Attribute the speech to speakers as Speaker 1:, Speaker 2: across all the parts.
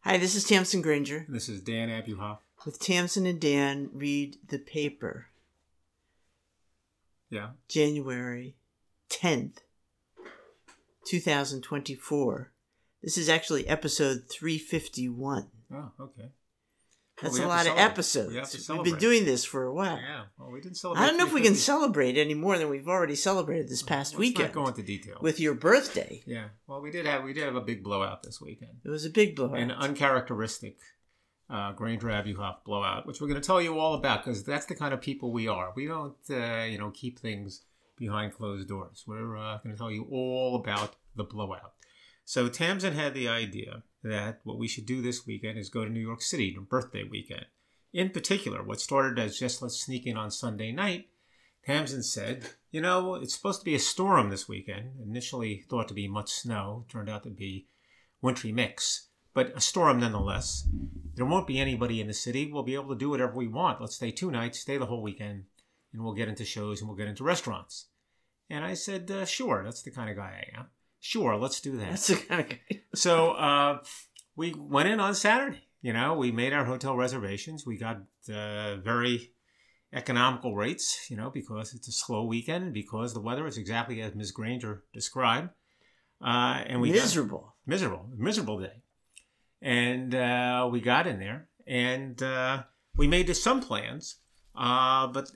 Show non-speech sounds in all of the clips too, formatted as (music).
Speaker 1: Hi, this is Tamsin Granger.
Speaker 2: This is Dan Abuhoff.
Speaker 1: With Tamsin and Dan, read the paper,
Speaker 2: Yeah.
Speaker 1: January 10th, 2024. This is actually episode 351.
Speaker 2: Oh, okay.
Speaker 1: That's
Speaker 2: we
Speaker 1: a
Speaker 2: have to
Speaker 1: lot of
Speaker 2: celebrate.
Speaker 1: episodes.
Speaker 2: We have to
Speaker 1: have
Speaker 2: celebrate.
Speaker 1: been doing this for a while.
Speaker 2: Yeah. Well, we didn't celebrate.
Speaker 1: I don't know if we can
Speaker 2: 350.
Speaker 1: celebrate any more than we've already celebrated this past
Speaker 2: Let's
Speaker 1: weekend
Speaker 2: Not go into detail.
Speaker 1: with your birthday.
Speaker 2: yeah. Well, we did have we did have a big blowout this weekend,
Speaker 1: It was a big blowout.
Speaker 2: an uncharacteristic uh, Granger Abuhoff blowout, which we're going to tell you all about because that's the kind of people we are. We don't, uh, you know, keep things behind closed doors. We're uh, going to tell you all about the blowout. So Tamsin had the idea that what we should do this weekend is go to New York City on birthday weekend. In particular, what started as just let's sneak in on Sunday night, Tamsin said, you know, it's supposed to be a storm this weekend. Initially thought to be much snow, turned out to be wintry mix, but a storm nonetheless. There won't be anybody in the city. We'll be able to do whatever we want. Let's stay two nights, stay the whole weekend, and we'll get into shows and we'll get into restaurants. And I said, uh, sure, that's the kind of guy I am. Sure, let's do that
Speaker 1: That's the kind of guy.
Speaker 2: so uh, we went in on Saturday. You know, we made our hotel reservations. We got uh, very economical rates, you know, because it's a slow weekend, because the weather is exactly as Ms. Granger described. Uh, and we got-
Speaker 1: Miserable.
Speaker 2: miserable, miserable day. And uh, we got in there, and uh, we made some plans, uh, but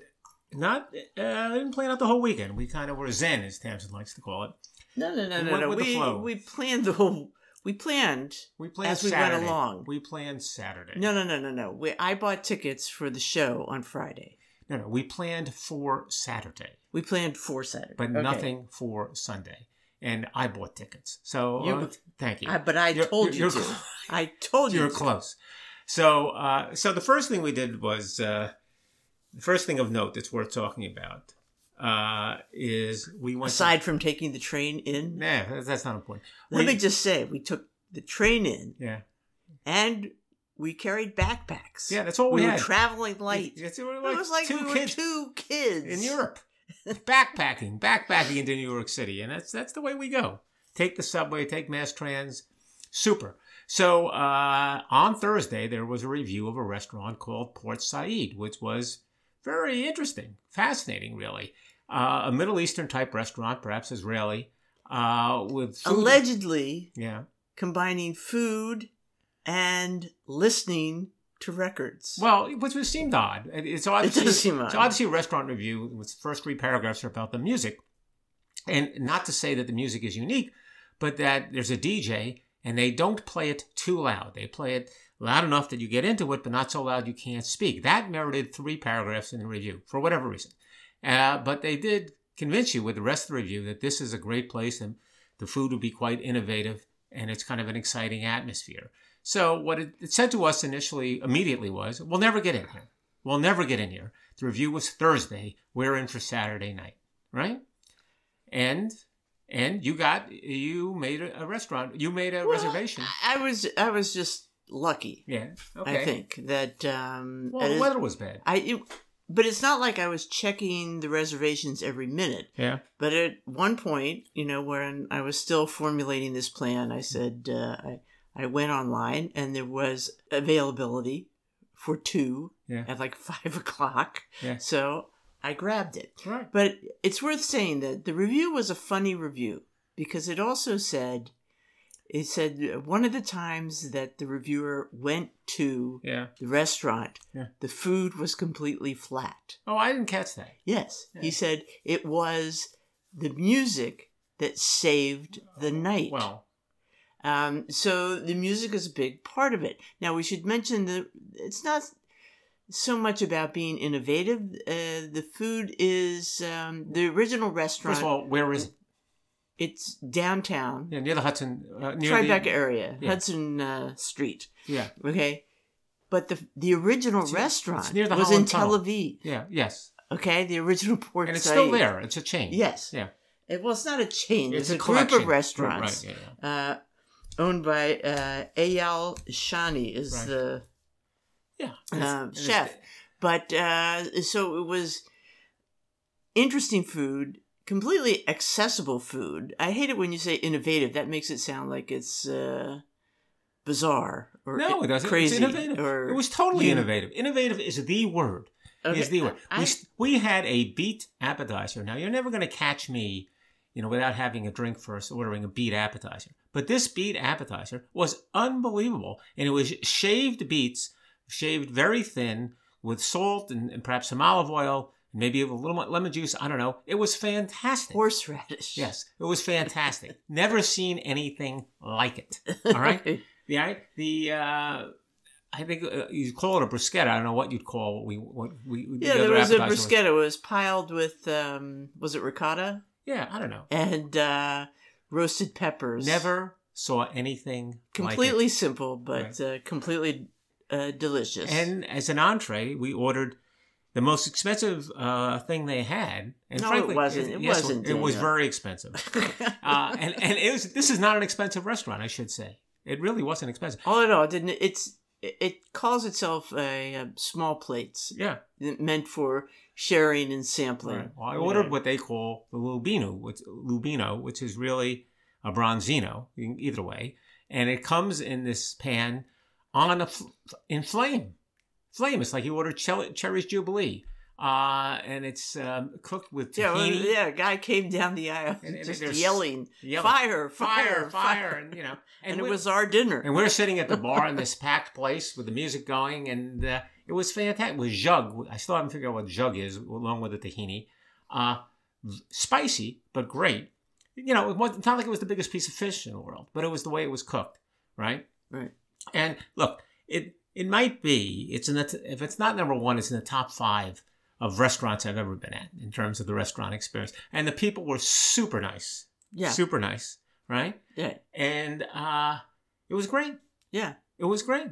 Speaker 2: not uh, didn't plan out the whole weekend. We kind of were zen, as Tamsin likes to call it.
Speaker 1: No, no, no,
Speaker 2: We
Speaker 1: no,
Speaker 2: went
Speaker 1: no.
Speaker 2: with the
Speaker 1: We,
Speaker 2: flow.
Speaker 1: we planned the whole. We planned
Speaker 2: We planned
Speaker 1: As we went
Speaker 2: Saturday.
Speaker 1: along.
Speaker 2: We planned Saturday.
Speaker 1: No, no, no, no, no. We, I bought tickets for the show on Friday.
Speaker 2: No, no, we planned for Saturday,
Speaker 1: We planned for Saturday,
Speaker 2: but
Speaker 1: Okay.
Speaker 2: nothing for Sunday. And I bought tickets. So
Speaker 1: You-
Speaker 2: uh, thank you.
Speaker 1: I, but I
Speaker 2: You're-
Speaker 1: told
Speaker 2: you're-
Speaker 1: you
Speaker 2: you're
Speaker 1: to. (laughs) I told you.
Speaker 2: You're
Speaker 1: to.
Speaker 2: close. So, uh, so the first thing we did was uh, the first thing of note that's worth talking about uh, is we went.
Speaker 1: Aside from taking the train
Speaker 2: to,
Speaker 1: in,
Speaker 2: nah, that- that's not important.
Speaker 1: let
Speaker 2: We-
Speaker 1: me just say we took the train in
Speaker 2: yeah,
Speaker 1: and we carried backpacks.
Speaker 2: yeah, that's all
Speaker 1: we
Speaker 2: we,
Speaker 1: were
Speaker 2: had.
Speaker 1: traveling light.
Speaker 2: It's- we were
Speaker 1: it was like
Speaker 2: two
Speaker 1: we were
Speaker 2: kids
Speaker 1: two kids (laughs)
Speaker 2: in Europe, backpacking, backpacking into New York City, and that's that's the way we go. Take the subway, take mass trans, super. So uh, on Thursday, there was a review of a restaurant called Port Said, which was very interesting, fascinating, really. Uh, a Middle Eastern type restaurant, perhaps Israeli, uh, with food.
Speaker 1: Allegedly
Speaker 2: yeah.
Speaker 1: combining food and listening to records.
Speaker 2: Well, which was seemed odd. It- It's obviously,
Speaker 1: does seem odd.
Speaker 2: It's obviously a restaurant review. Its first three paragraphs are about the music, and not to say that the music is unique, but that there's a DJ and they don't play it too loud. They play it loud enough that you get into it, but not so loud you can't speak. That merited three paragraphs in the review for whatever reason. Uh, but they did convince you with the rest of the review that this is a great place and the food would be quite innovative and it's kind of an exciting atmosphere. So what it, it said to us initially, immediately was, "We'll never get in here. We'll never get in here." The review was Thursday. We're in for Saturday night, right? And and you got you made a, a restaurant. You made a
Speaker 1: Well,
Speaker 2: reservation.
Speaker 1: I- I was I was just lucky.
Speaker 2: Yeah. Okay.
Speaker 1: I think that um,
Speaker 2: Well,
Speaker 1: it
Speaker 2: the
Speaker 1: is-
Speaker 2: weather was bad.
Speaker 1: I it, but it's not like I was checking the reservations every minute.
Speaker 2: Yeah.
Speaker 1: But at one point, you know, when I was still formulating this plan, I said uh, I I went online and there was availability for two
Speaker 2: Yeah.
Speaker 1: at like (laughs) five o'clock.
Speaker 2: Yeah.
Speaker 1: So I grabbed it.
Speaker 2: Right.
Speaker 1: But it's worth saying that the review was a funny review because it also said it said one of the times that the reviewer went to
Speaker 2: Yeah.
Speaker 1: the restaurant,
Speaker 2: Yeah.
Speaker 1: the food was completely flat.
Speaker 2: Oh, I didn't catch that.
Speaker 1: Yes, he
Speaker 2: Yeah.
Speaker 1: said it was the music that saved the night.
Speaker 2: Oh, Well,
Speaker 1: Um, so the music is a big part of it. Now we should mention that it's not so much about being innovative. Uh, the food is um, the original restaurant.
Speaker 2: first of all, where is it?
Speaker 1: it's downtown
Speaker 2: Yeah, near the Hudson. Uh, near the-
Speaker 1: Tribeca area,
Speaker 2: yeah.
Speaker 1: Hudson uh, Street.
Speaker 2: Yeah.
Speaker 1: Okay, but the the original
Speaker 2: It's-
Speaker 1: restaurant
Speaker 2: it's near the
Speaker 1: was in
Speaker 2: Holland
Speaker 1: Tel
Speaker 2: Tunnel.
Speaker 1: Aviv.
Speaker 2: Yeah. Yes.
Speaker 1: Okay, the original (laughs) port.
Speaker 2: And it's
Speaker 1: Said.
Speaker 2: still there. It's a chain.
Speaker 1: Yes.
Speaker 2: Yeah.
Speaker 1: It- well, it's not a chain. It's, a, group
Speaker 2: collection.
Speaker 1: of restaurants.
Speaker 2: Right, right, yeah,
Speaker 1: uh,
Speaker 2: yeah.
Speaker 1: owned by uh, Ayal Shani is
Speaker 2: Right.
Speaker 1: the
Speaker 2: Yeah.
Speaker 1: uh,
Speaker 2: It's- it's-
Speaker 1: chef. But uh, so it was interesting food, completely accessible food. I hate it when you say innovative. That makes it sound like it's uh, bizarre or
Speaker 2: no, it doesn't.
Speaker 1: crazy
Speaker 2: it's innovative.
Speaker 1: or
Speaker 2: it was totally
Speaker 1: you-
Speaker 2: innovative. Innovative is the word.
Speaker 1: Okay,
Speaker 2: Is the word.
Speaker 1: I-
Speaker 2: we, st- we had a beet appetizer. Now you're never going to catch me, you know, without having a drink first, ordering a beet appetizer. But this beet appetizer was unbelievable, and it was shaved beets, shaved very thin, with salt and, and perhaps some olive oil, maybe a little mo- lemon juice. I don't know. It was fantastic.
Speaker 1: horseradish.
Speaker 2: Yes, it was (laughs) fantastic. Never seen anything like it. All right.
Speaker 1: (laughs)
Speaker 2: (laughs) Yeah, the uh, I think uh, you call it a bruschetta. I don't know what you'd call what we what we. the
Speaker 1: Yeah,
Speaker 2: other
Speaker 1: there was a
Speaker 2: appetizer
Speaker 1: bruschetta. It was piled with um, was it ricotta
Speaker 2: Yeah, I don't know.
Speaker 1: and uh, roasted peppers.
Speaker 2: Never saw anything
Speaker 1: completely simple, but uh, completely uh, delicious.
Speaker 2: Like
Speaker 1: (laughs)
Speaker 2: it. And as an entree, we ordered the most expensive uh, thing they had. And
Speaker 1: No, it
Speaker 2: frankly,
Speaker 1: wasn't. It
Speaker 2: yes,
Speaker 1: wasn't,
Speaker 2: It was
Speaker 1: Daniel.
Speaker 2: very expensive. uh, and and it was. This is not an expensive restaurant, I should say. It really wasn't expensive.
Speaker 1: all in all, didn't it, it's it calls itself a, uh small plates
Speaker 2: Yeah.
Speaker 1: meant for sharing and sampling.
Speaker 2: Right. Well, I
Speaker 1: Yeah.
Speaker 2: ordered what they call the Lubino, which, Lubino, which is really a bronzino, e- either way, and it comes in this pan on a fl- in flame. Flame. It's like you order Chel- Cherry's Jubilee, uh, and it's um, cooked with
Speaker 1: Yeah, well,
Speaker 2: tahini.
Speaker 1: yeah. A guy came down the aisle
Speaker 2: And- and
Speaker 1: just
Speaker 2: there's-
Speaker 1: yelling,
Speaker 2: Yellow.
Speaker 1: "Fire!
Speaker 2: fire,
Speaker 1: Fire!
Speaker 2: fire!" And you know,
Speaker 1: And, it
Speaker 2: we-
Speaker 1: was our dinner.
Speaker 2: And we're sitting at the bar in this packed place with the music going, and uh, it was fantastic. It was jug. I still haven't figured out what jug is, along with the tahini. Uh, spicy, but great. You know, it wasn't not like it was the biggest piece of fish in the world, but it was the way it was cooked, right?
Speaker 1: Right.
Speaker 2: And look, it it might be it's in the t- if it's not number one, it's in the top five of restaurants I've ever been at in terms of the restaurant experience. And the people were super nice,
Speaker 1: yeah,
Speaker 2: super nice, right?
Speaker 1: yeah,
Speaker 2: and uh, it was great.
Speaker 1: Yeah.
Speaker 2: it was great.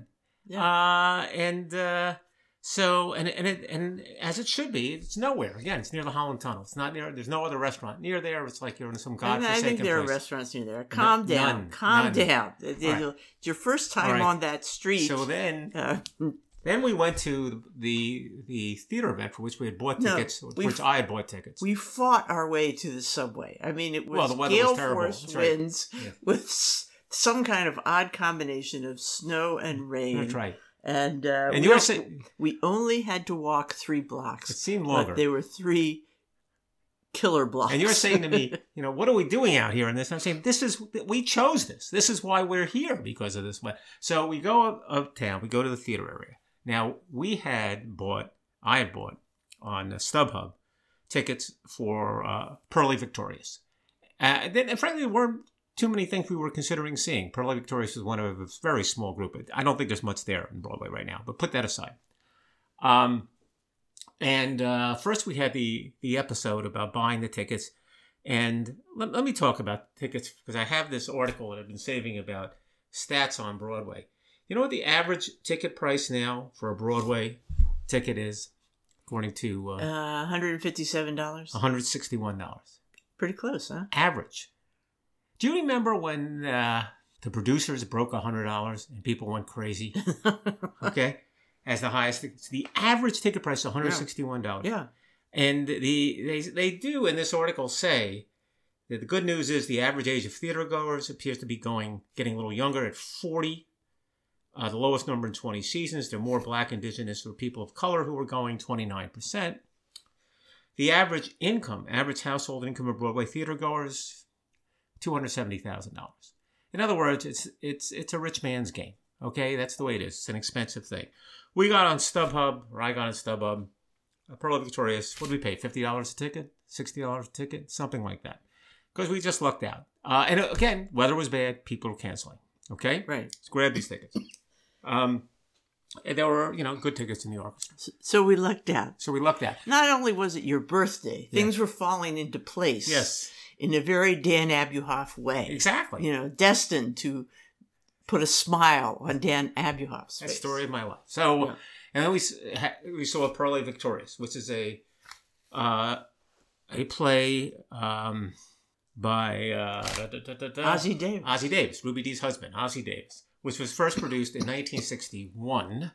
Speaker 1: Yeah.
Speaker 2: Uh, and uh, so and and it, and as it should be, it's nowhere. Again, it's near the Holland Tunnel. It's not near. There's no other restaurant near there. It's like you're in some
Speaker 1: I, mean, I
Speaker 2: godforsaken
Speaker 1: think there are
Speaker 2: place.
Speaker 1: restaurants near there. Calm down,
Speaker 2: none,
Speaker 1: calm
Speaker 2: none.
Speaker 1: down. It- it-
Speaker 2: All
Speaker 1: It's your first time
Speaker 2: All right.
Speaker 1: on that street.
Speaker 2: so then,
Speaker 1: uh,
Speaker 2: then we went to the the theater event for which we had bought
Speaker 1: No,
Speaker 2: tickets, for
Speaker 1: we-
Speaker 2: which I had bought tickets.
Speaker 1: we fought our way to the subway. I mean, it was
Speaker 2: Well, the weather was
Speaker 1: gale
Speaker 2: terrible.
Speaker 1: force
Speaker 2: That's right.
Speaker 1: winds
Speaker 2: Yeah.
Speaker 1: with s- some kind of odd combination of snow and rain.
Speaker 2: Mm, That's right.
Speaker 1: And uh,
Speaker 2: And
Speaker 1: we,
Speaker 2: you were
Speaker 1: o-
Speaker 2: saying
Speaker 1: we only had to walk three
Speaker 2: it
Speaker 1: blocks,
Speaker 2: seemed
Speaker 1: but
Speaker 2: longer.
Speaker 1: they were three killer blocks.
Speaker 2: And
Speaker 1: (laughs)
Speaker 2: you're saying to me, you know, what are we doing out here in this? And I'm saying, this is, we chose this. This is why we're here because of this. we- So we go up, uptown, we go to the theater area. Now, we had bought, I had bought on uh, StubHub tickets for uh, Pearly Victorious. Uh, and then, and frankly, there weren't too many things we were considering seeing. Pearly Victorious is one of a very small group. I don't think there's much there in Broadway right now, but put that aside. Um, and uh, first, we had the the episode about buying the tickets, and let, let me talk about tickets because I have this article that I've been saving about stats on Broadway. You know what the average ticket price now for a Broadway ticket is, according to uh,
Speaker 1: Uh, $157.
Speaker 2: one hundred sixty one dollars
Speaker 1: Pretty close,
Speaker 2: (laughs)
Speaker 1: huh? (laughs)
Speaker 2: average. Do you remember when uh, the producers broke hundred dollars and people
Speaker 1: (laughs)
Speaker 2: went crazy? Okay, as the highest, it's the average ticket price one hundred sixty one dollars.
Speaker 1: yeah.
Speaker 2: And the they, they do in this article say that the good news is the average age of theater goers appears to be going getting a little younger at 40, uh, the lowest number in 20 seasons. There are more black, indigenous, or people of color who are going 29%. The average income, average household income of Broadway theater goers, $270,000. In other words, it's it's it's a rich man's game. Okay, that's the way it is. It's an expensive thing. We got on StubHub, or I got on StubHub, a Pearl of Victorious, what did we pay? Fifty dollars a ticket, sixty dollars a ticket, something like that, because we just lucked out. Uh, and again, weather was bad, people were canceling. Okay,
Speaker 1: Right.
Speaker 2: let's grab these tickets. Um, and there were you know good tickets in the orchestra,
Speaker 1: So, so we lucked out.
Speaker 2: so we lucked out.
Speaker 1: Not only was it your birthday, things were falling into place.
Speaker 2: Yes,
Speaker 1: In a very Dan Abuhoff way.
Speaker 2: exactly.
Speaker 1: You know, destined to put a smile on Dan Abuhoff's face.
Speaker 2: That's the story of my life. So,
Speaker 1: Yeah.
Speaker 2: and then we s- ha- we saw Pearly Victorious, which is a uh, a play um, by uh, da, da, da, da, da.
Speaker 1: Ozzie Davis.
Speaker 2: Ozzie Davis, Ruby Dee's husband, Ozzie Davis, which was first produced in 1961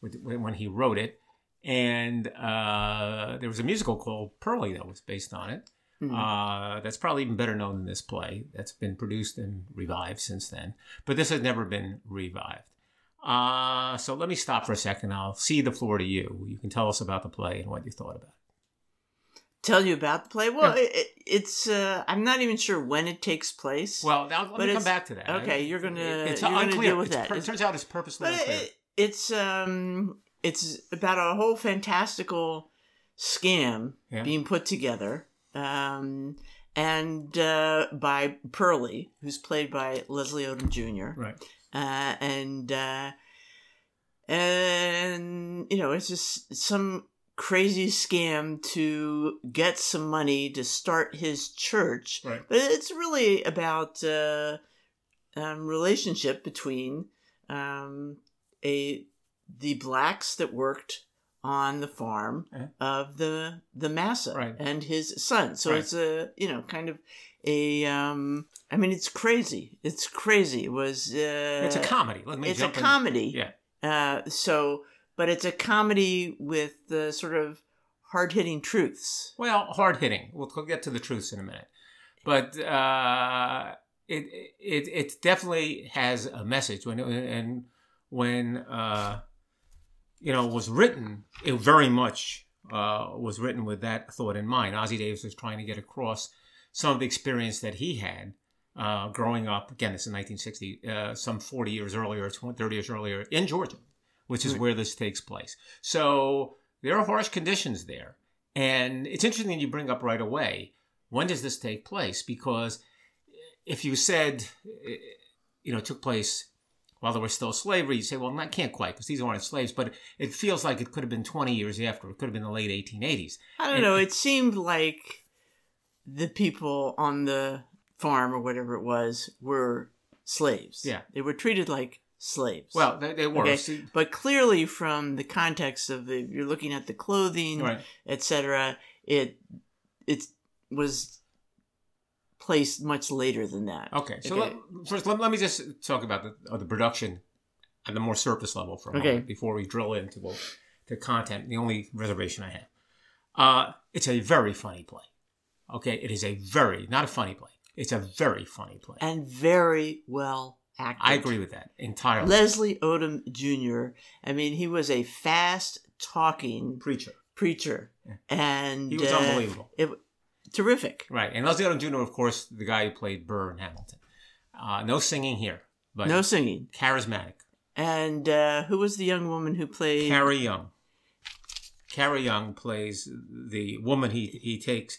Speaker 2: with- when when he wrote it. And uh, there was a musical called Pearly that was based on it.
Speaker 1: Mhm.
Speaker 2: Uh, that's probably even better known than this play that's been produced and revived since then. But this has never been revived. Uh, so let me stop for a second. I'll see the floor to you. You can tell us about the play and what you thought about it.
Speaker 1: Tell you about the play? Well, it, it, it's uh, I'm not even sure when it takes place.
Speaker 2: Well, now let
Speaker 1: But
Speaker 2: me come
Speaker 1: it's-
Speaker 2: back to that.
Speaker 1: okay, you're gonna-
Speaker 2: It's
Speaker 1: you're gonna
Speaker 2: unclear.
Speaker 1: deal with
Speaker 2: It's
Speaker 1: that.
Speaker 2: pur-
Speaker 1: It's-
Speaker 2: turns out it's purposely
Speaker 1: but
Speaker 2: unclear.
Speaker 1: it, it's um it's about a whole fantastical scam
Speaker 2: Yeah.
Speaker 1: being put together. Um and uh, by Pearlie, who's played by Leslie Odom Jr.
Speaker 2: right.
Speaker 1: uh, and uh, and you know it's just some crazy scam to get some money to start his church
Speaker 2: Right.
Speaker 1: but it's really about uh, um, relationship between um, a the blacks that worked on the farm
Speaker 2: Uh-huh.
Speaker 1: of the the massa
Speaker 2: Right.
Speaker 1: and his son so
Speaker 2: Right.
Speaker 1: it's a you know kind of a um i mean it's crazy it's crazy it was uh
Speaker 2: It's a comedy. Let me
Speaker 1: it's a
Speaker 2: jump in.
Speaker 1: comedy
Speaker 2: Yeah.
Speaker 1: uh so but it's a comedy with the sort of hard-hitting truths
Speaker 2: Well, hard hitting. We'll we'll get to the truths in a minute, but uh, it it it definitely has a message. When and when uh, you know it was written, it very much uh, was written with that thought in mind. Ozzie Davis was trying to get across some of the experience that he had uh, growing up. Again, this is 1960, uh, some 40 years earlier, 20, 30 years earlier in Georgia, which is
Speaker 1: Right.
Speaker 2: where this takes place. So there are harsh conditions there. And it's interesting you bring up right away when does this take place? Because if you said, eh, you know, it took place while there was still slavery, you say, well, not can't quite because these aren't slaves, but it feels like it could have been 20 years after. It could have been the late 1880s.
Speaker 1: i don't
Speaker 2: And-
Speaker 1: know it seemed like the people on the farm or whatever it was were slaves
Speaker 2: Yeah.
Speaker 1: they were treated like slaves
Speaker 2: Well, they, they were.
Speaker 1: Okay.
Speaker 2: See-
Speaker 1: but clearly from the context of the you're looking at the clothing
Speaker 2: right.
Speaker 1: etc. It it was placed much later than that.
Speaker 2: Okay. So
Speaker 1: Okay.
Speaker 2: Let, first, let, let me just talk about the, uh, the production at the more surface level for a
Speaker 1: Okay.
Speaker 2: moment before we drill into the, the content. The only reservation I have. Uh, it's a very funny play. Okay. It is a very, not a funny play. It's a very funny play.
Speaker 1: And very well acted.
Speaker 2: I agree with that entirely.
Speaker 1: Leslie Odom Jr. I mean, he was a fast talking
Speaker 2: Preacher.
Speaker 1: preacher, and
Speaker 2: He was
Speaker 1: uh,
Speaker 2: unbelievable.
Speaker 1: It, terrific.
Speaker 2: Right. And Leslie Odom Jr., of course, the guy who played Burr in Hamilton. Uh, no singing here, but
Speaker 1: No singing.
Speaker 2: charismatic.
Speaker 1: And uh, who was the young woman who played?
Speaker 2: Carrie Young. Carrie Young plays the woman he he takes.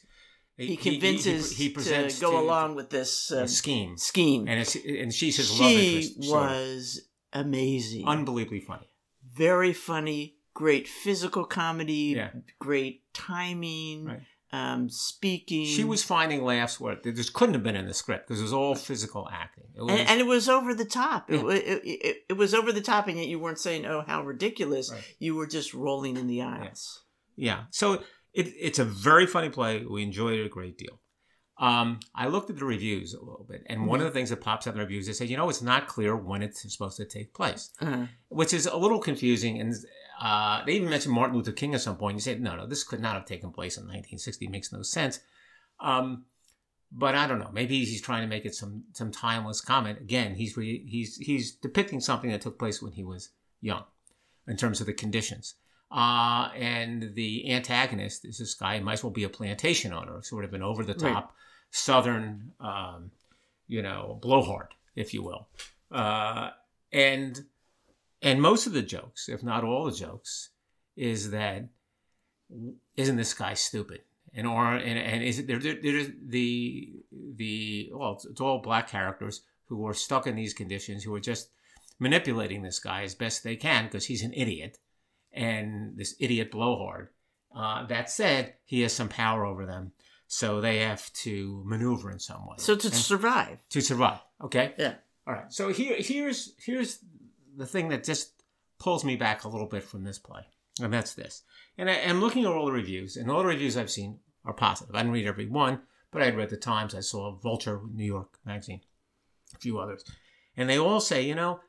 Speaker 1: he convinces to go along with this
Speaker 2: the
Speaker 1: uh,
Speaker 2: scheme,
Speaker 1: scheme.
Speaker 2: and it's, and she's his love
Speaker 1: she
Speaker 2: interest. sort of.
Speaker 1: was amazing.
Speaker 2: unbelievably funny.
Speaker 1: very funny, great physical comedy,
Speaker 2: Yeah.
Speaker 1: great timing,
Speaker 2: Right.
Speaker 1: um, speaking.
Speaker 2: She was finding laughs where there just couldn't have been in the script because it was all physical acting. It was,
Speaker 1: and, and it was over the top. It,
Speaker 2: Yeah.
Speaker 1: wa- it, it, it was over the top, and yet you weren't saying, "Oh, how ridiculous!"
Speaker 2: Right.
Speaker 1: You were just rolling in the aisles.
Speaker 2: yeah, so it, it's a very funny play. We enjoyed it a great deal. Um, I looked at the reviews a little bit, and
Speaker 1: Mm-hmm.
Speaker 2: one of the things that pops up in the reviews, they say, you know, it's not clear when it's supposed to take place.
Speaker 1: Uh,
Speaker 2: which is a little confusing. And uh, they even mentioned Martin Luther King at some point. You said, no, no, this could not have taken place in 1960. It makes no sense. Um, but I don't know. Maybe he's trying to make it some some timeless comment. Again, he's re- he's he's depicting something that took place when he was young, in terms of the conditions. Uh, and the antagonist is this guy. He might as well be a plantation owner, sort of an over the top Southern, um, you know, blowhard, if you will. Uh, and and most of the jokes, if not all the jokes, is that isn't this guy stupid? And or and, and is it there? There there is the the well, it's, it's all black characters who are stuck in these conditions who are just manipulating this guy as best they can because he's an idiot and this idiot blowhard. Uh, that said, he has some power over them, so they have to maneuver in some way
Speaker 1: so to
Speaker 2: and-
Speaker 1: survive,
Speaker 2: to survive. Okay.
Speaker 1: yeah,
Speaker 2: All right. So here, here's here's the thing that just pulls me back a little bit from this play, and that's this. And I, am looking at all the reviews, and all the reviews I've seen are positive. I didn't read every one, but I had read the Times, I saw Vulture, New York Magazine, a few others, and they all say, you know,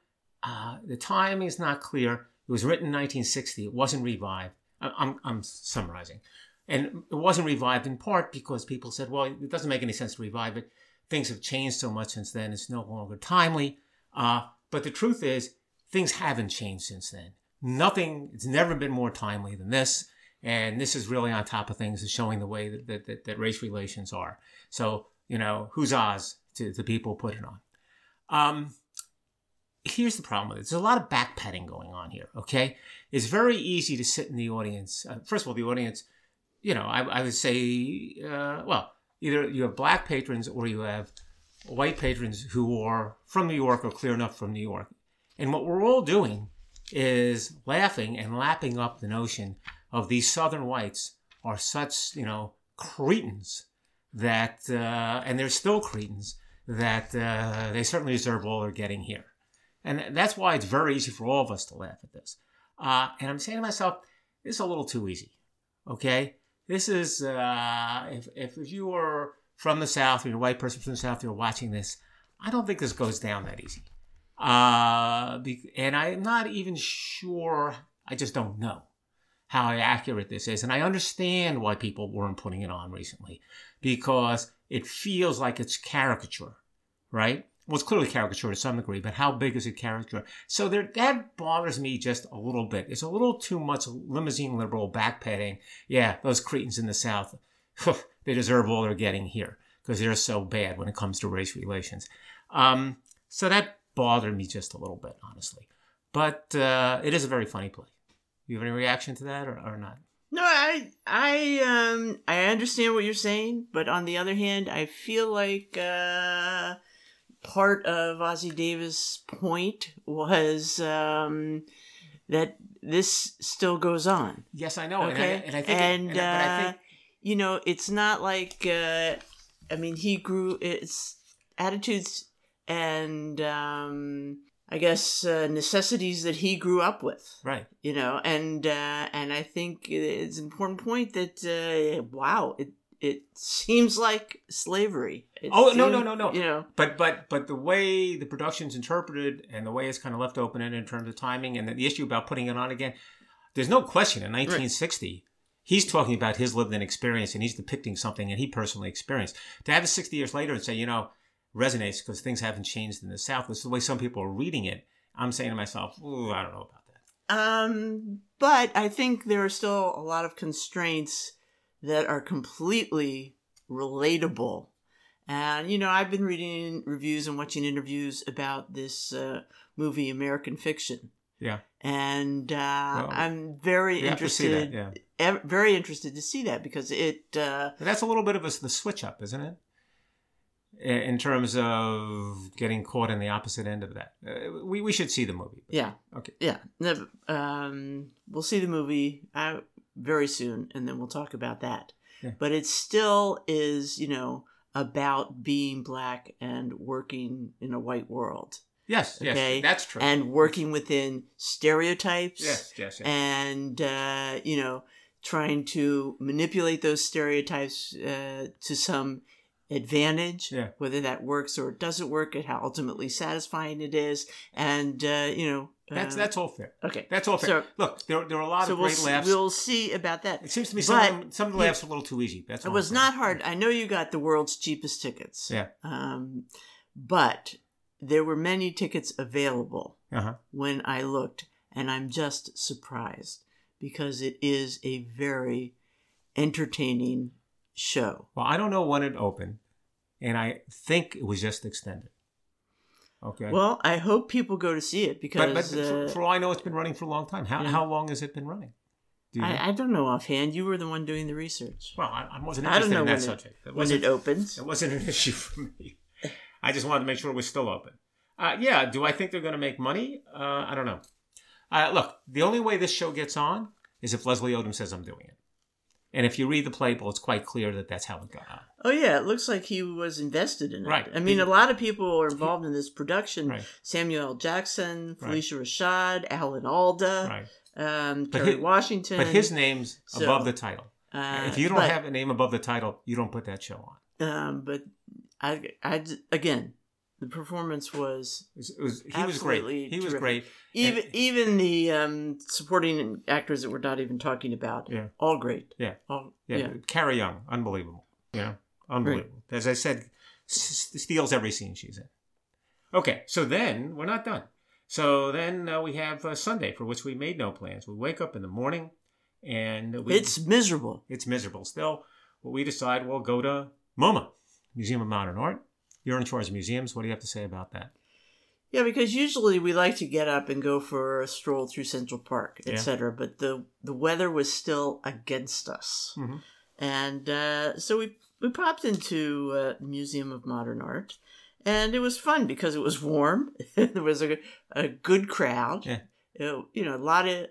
Speaker 2: uh, the timing is not clear. It was written in 1960. It wasn't revived. I- I'm, I'm summarizing. And it wasn't revived in part because people said, well, it doesn't make any sense to revive it things have changed so much since then, it's no longer timely. Uh, but the truth is, things haven't changed since then. Nothing, it's never been more timely than this. And this is really on top of things, is showing the way that, that, that, that race relations are. So, you know, who's Oz to the people put it on? Um, here's the problem with it. There's a lot of backpatting going on here, okay? It's very easy to sit in the audience. Uh, first of all, the audience, you know, I, I would say, uh, well, either you have black patrons or you have white patrons who are from New York or clear enough from New York. And what we're all doing is laughing and lapping up the notion of these Southern whites are such, you know, cretins that, uh, and they're still cretins, that uh, they certainly deserve all they're getting here. And that's why it's very easy for all of us to laugh at this. Uh, and I'm saying to myself, this is a little too easy. Okay? This is, uh, if, if, if you were from the South or you're a white person from the South, you're watching this, I don't think this goes down that easy. Uh, and I'm not even sure, I just don't know how accurate this is. And I understand why people weren't putting it on recently because it feels like it's caricature, right? well, it's clearly caricature to some degree, but how big is it caricature? So there, that bothers me just a little bit. It's a little too much limousine liberal backpatting. Yeah, those cretins in the South, (laughs) they deserve all they're getting here because they're so bad when it comes to race relations. Um, so that bothered me just a little bit, honestly. But uh, it is a very funny play. You have any reaction to that or, or not?
Speaker 1: No, I I um I understand what you're saying, but on the other hand, I feel like uh part of Ozzy Davis' point was um, that this still goes on.
Speaker 2: Yes, I know.
Speaker 1: Okay,
Speaker 2: and I, and I
Speaker 1: think, Oh, and, it, and I, uh, I think... you know, it's not like uh, I mean, he grew its attitudes and um, I guess uh, necessities that he grew up with.
Speaker 2: Right.
Speaker 1: You know, and uh, and I think it's an important point that uh, wow, it, it seems like slavery. It
Speaker 2: oh no no no no!
Speaker 1: You know,
Speaker 2: but but but the way the production's interpreted and the way it's kind of left open ended in terms of timing and the issue about putting it on again, there's no question. In 1960, right. he's talking about his lived-in experience and he's depicting something that he personally experienced. To have it 60 years later and say, you know, resonates because things haven't changed in the South. This is the way some people are reading it. I'm saying to myself, Ooh, I don't know about that.
Speaker 1: Um, but I think there are still a lot of constraints that are completely relatable. And, you know, I've been reading reviews and watching interviews about this uh, movie, American Fiction.
Speaker 2: Yeah.
Speaker 1: And uh, well, I'm very interested.
Speaker 2: That,
Speaker 1: yeah. e- very interested to see that because it. Uh,
Speaker 2: That's a little bit of a, the switch up, isn't it? In terms of getting caught in the opposite end of that, Uh, we we should see the movie.
Speaker 1: Yeah.
Speaker 2: Okay.
Speaker 1: Yeah. No, um, we'll see the movie. I, very soon, and then we'll talk about that. Yeah. But it still is, you know, about being black and working in a white world.
Speaker 2: Yes, okay? yes, that's true.
Speaker 1: And working within stereotypes.
Speaker 2: Yes, yes, yes.
Speaker 1: And uh, you know, trying to manipulate those stereotypes uh, to some advantage
Speaker 2: yeah.
Speaker 1: whether that works or it doesn't work and how ultimately satisfying it is and uh, you know
Speaker 2: that's that's all fair.
Speaker 1: Okay,
Speaker 2: that's all fair. So, Look, there, there are a lot
Speaker 1: so
Speaker 2: of
Speaker 1: we'll
Speaker 2: great
Speaker 1: see,
Speaker 2: laughs.
Speaker 1: We'll see about that.
Speaker 2: It seems to me some of them, some of the laughs are a little too easy. That's
Speaker 1: it was not hard. I know you got the world's cheapest tickets.
Speaker 2: Yeah.
Speaker 1: Um, but there were many tickets available
Speaker 2: uh-huh.
Speaker 1: when I looked, and I'm just surprised because it is a very entertaining show.
Speaker 2: Well, I don't know when it opened, and I think it was just extended. Okay.
Speaker 1: Well, I hope people go to see it because. uh,
Speaker 2: But, but for, for, all I know, it's been running for a long time. How, yeah. how long has it been running?
Speaker 1: Do I, I, don't know offhand. You were the one doing the research.
Speaker 2: Well, I, I wasn't interested I don't know in that subject.
Speaker 1: It, when it opens.
Speaker 2: It wasn't an (laughs) issue for me. I just wanted to make sure it was still open. Uh, yeah, do I think they're going to make money? Uh, I don't know. Uh, look, the only way this show gets on is if Leslie Odom says I'm doing it. And if you read the playbill, it's quite clear that that's how it got on.
Speaker 1: Oh yeah, it looks like he was invested in it.
Speaker 2: Right.
Speaker 1: I mean, a lot of people are involved in this production:
Speaker 2: right.
Speaker 1: Samuel L. Jackson, Felicia right. Rashad, Alan Alda,
Speaker 2: right.
Speaker 1: um, Kerry Washington.
Speaker 2: But his name's
Speaker 1: Uh, So,
Speaker 2: above the title.
Speaker 1: Uh,
Speaker 2: if you don't
Speaker 1: but-
Speaker 2: have a name above the title, you don't put that show on.
Speaker 1: Um, but I, I, again, the performance was
Speaker 2: It was, it was- he was great.
Speaker 1: Absolutely
Speaker 2: He was
Speaker 1: terrific.
Speaker 2: great.
Speaker 1: even
Speaker 2: And-
Speaker 1: even the um, supporting actors that we're not even talking about.
Speaker 2: Yeah.
Speaker 1: All great.
Speaker 2: Yeah.
Speaker 1: All,
Speaker 2: Yeah,
Speaker 1: yeah.
Speaker 2: Carrie Young, unbelievable. You know, unbelievable. As I said, s- s- steals every scene she's in. Okay, so then we're not done. So then uh, we have uh, Sunday, for which we made no plans. We wake up in the morning, and we,
Speaker 1: it's miserable.
Speaker 2: it's miserable still. But we decide we'll go to MoMA, Museum of Modern Art. You're in charge of museums. What do you have to say about that?
Speaker 1: Yeah, because usually we like to get up and go for a stroll through Central Park,
Speaker 2: Yeah.
Speaker 1: etc. But the the weather was still against us,
Speaker 2: Mhm.
Speaker 1: and uh, so we we popped into uh, the Museum of Modern Art, and it was fun because it was warm. (laughs) there was a a good crowd.
Speaker 2: Yeah.
Speaker 1: Uh, you know, a lot of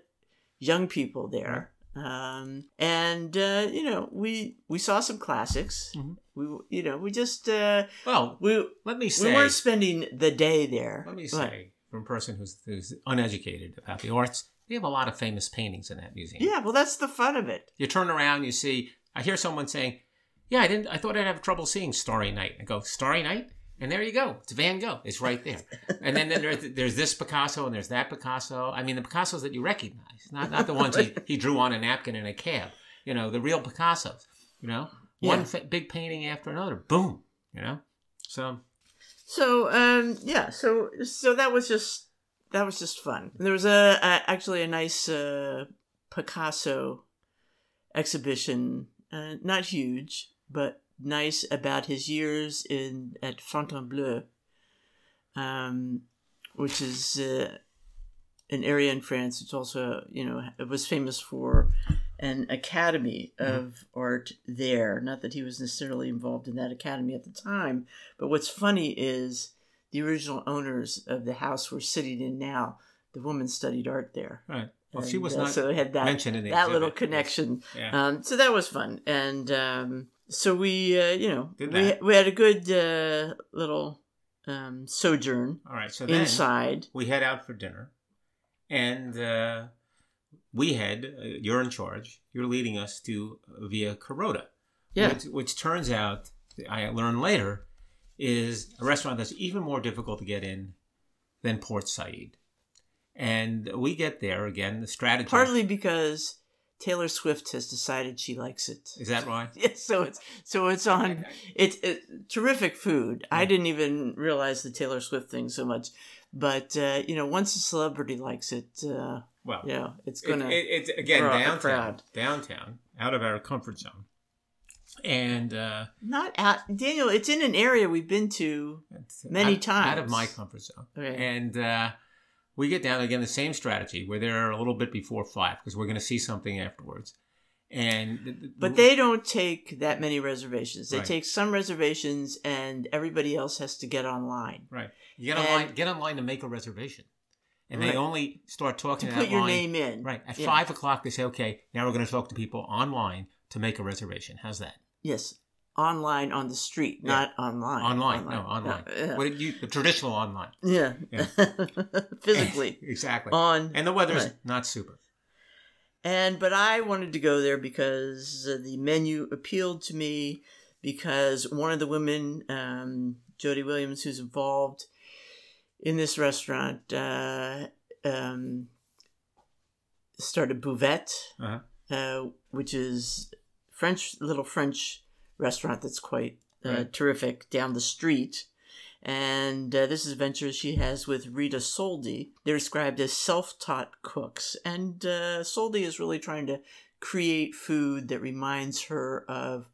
Speaker 1: young people there. Um, and uh, you know, we we saw some classics.
Speaker 2: Mhm.
Speaker 1: We you know we just uh,
Speaker 2: Well,
Speaker 1: we
Speaker 2: let me
Speaker 1: we
Speaker 2: say,
Speaker 1: weren't spending the day there.
Speaker 2: let me
Speaker 1: but-
Speaker 2: say, from a person who's, who's uneducated about the arts, we have a lot of famous paintings in that museum.
Speaker 1: Yeah, well, that's the fun of it.
Speaker 2: You turn around, you see. I hear someone saying, "Yeah, I didn't. I thought I'd have trouble seeing Starry Night." I go, "Starry Night," and there you go. It's Van Gogh. It's right there. and then, then there's, there's this Picasso and there's that Picasso. I mean, the Picassos that you recognize, not not the ones
Speaker 1: (laughs)
Speaker 2: he, he drew on a napkin in a cab. You know, the real Picassos. You know, one
Speaker 1: Yeah.
Speaker 2: fa- big painting after another. Boom. You know. So
Speaker 1: So, um, yeah, so so that was just that was just fun. And there was a, a actually a nice uh, Picasso exhibition, uh, not huge, but nice about his years in at Fontainebleau, um, which is uh, an area in France. It's also you know it was famous for an academy of art there. Not that he was necessarily involved in that academy at the time, but what's funny is the original owners of the house we're sitting in now. The woman studied art there.
Speaker 2: right. Well, she
Speaker 1: And,
Speaker 2: was
Speaker 1: uh,
Speaker 2: not
Speaker 1: so had that
Speaker 2: mentioned in the
Speaker 1: that little
Speaker 2: exhibit.
Speaker 1: connection.
Speaker 2: Yeah.
Speaker 1: Um, so that was fun, and um, so we, uh, you know,
Speaker 2: Did
Speaker 1: we,
Speaker 2: that.
Speaker 1: we had a good uh, little um, sojourn
Speaker 2: All right. So then,
Speaker 1: inside.
Speaker 2: we head out for dinner, and uh, we head. Uh, you're in charge. You're leading us to uh, Via Carota,
Speaker 1: Yeah,
Speaker 2: which, which turns out I learned later is a restaurant that's even more difficult to get in than Port Said. And we get there again. The strategy
Speaker 1: partly because Taylor Swift has decided she likes it.
Speaker 2: is that right?
Speaker 1: Yeah, (laughs) so it's so it's on. It's it, terrific food. I didn't even realize the Taylor Swift thing so much, but uh, you know, once a celebrity likes it, uh,
Speaker 2: Well,
Speaker 1: you know, it's
Speaker 2: It-
Speaker 1: gonna.
Speaker 2: it, it's again
Speaker 1: draw a
Speaker 2: downtown,
Speaker 1: crowd.
Speaker 2: downtown, out of our comfort zone, and uh,
Speaker 1: Not out, Daniel. It's in an area we've been to.
Speaker 2: It's
Speaker 1: Many
Speaker 2: out, out of
Speaker 1: times.
Speaker 2: my comfort zone.
Speaker 1: Okay.
Speaker 2: And uh, we get down again the same strategy. We're there a little bit before five because we're going to see something afterwards. And th- th-
Speaker 1: But they don't take that many reservations. They
Speaker 2: Right.
Speaker 1: take some reservations, and everybody else has to get online
Speaker 2: right, you get online,
Speaker 1: and-
Speaker 2: get online to make a reservation, and
Speaker 1: Right.
Speaker 2: they only start talking
Speaker 1: to
Speaker 2: that
Speaker 1: put your
Speaker 2: line-
Speaker 1: name in.
Speaker 2: Right at
Speaker 1: Yeah.
Speaker 2: five o'clock, they say, "Okay, now we're going to talk to people online to make a reservation." How's that?
Speaker 1: Yes, online on the street,
Speaker 2: Yeah.
Speaker 1: not online.
Speaker 2: Online, no, online.
Speaker 1: Yeah.
Speaker 2: What did you, the traditional online,
Speaker 1: Yeah. (laughs) physically
Speaker 2: (laughs) exactly.
Speaker 1: on.
Speaker 2: and the weather's
Speaker 1: Right.
Speaker 2: not super.
Speaker 1: And but I wanted to go there because uh, the menu appealed to me because one of the women, um, Jody Williams, who's involved in this restaurant, uh, um, started Bouvette,
Speaker 2: Uh-huh.
Speaker 1: uh, which is French little French restaurant that's quite uh,
Speaker 2: Right.
Speaker 1: terrific down the street. And uh, this is a venture she has with Rita Soldi. They're described as self taught cooks. And uh, Soldi is really trying to create food that reminds her of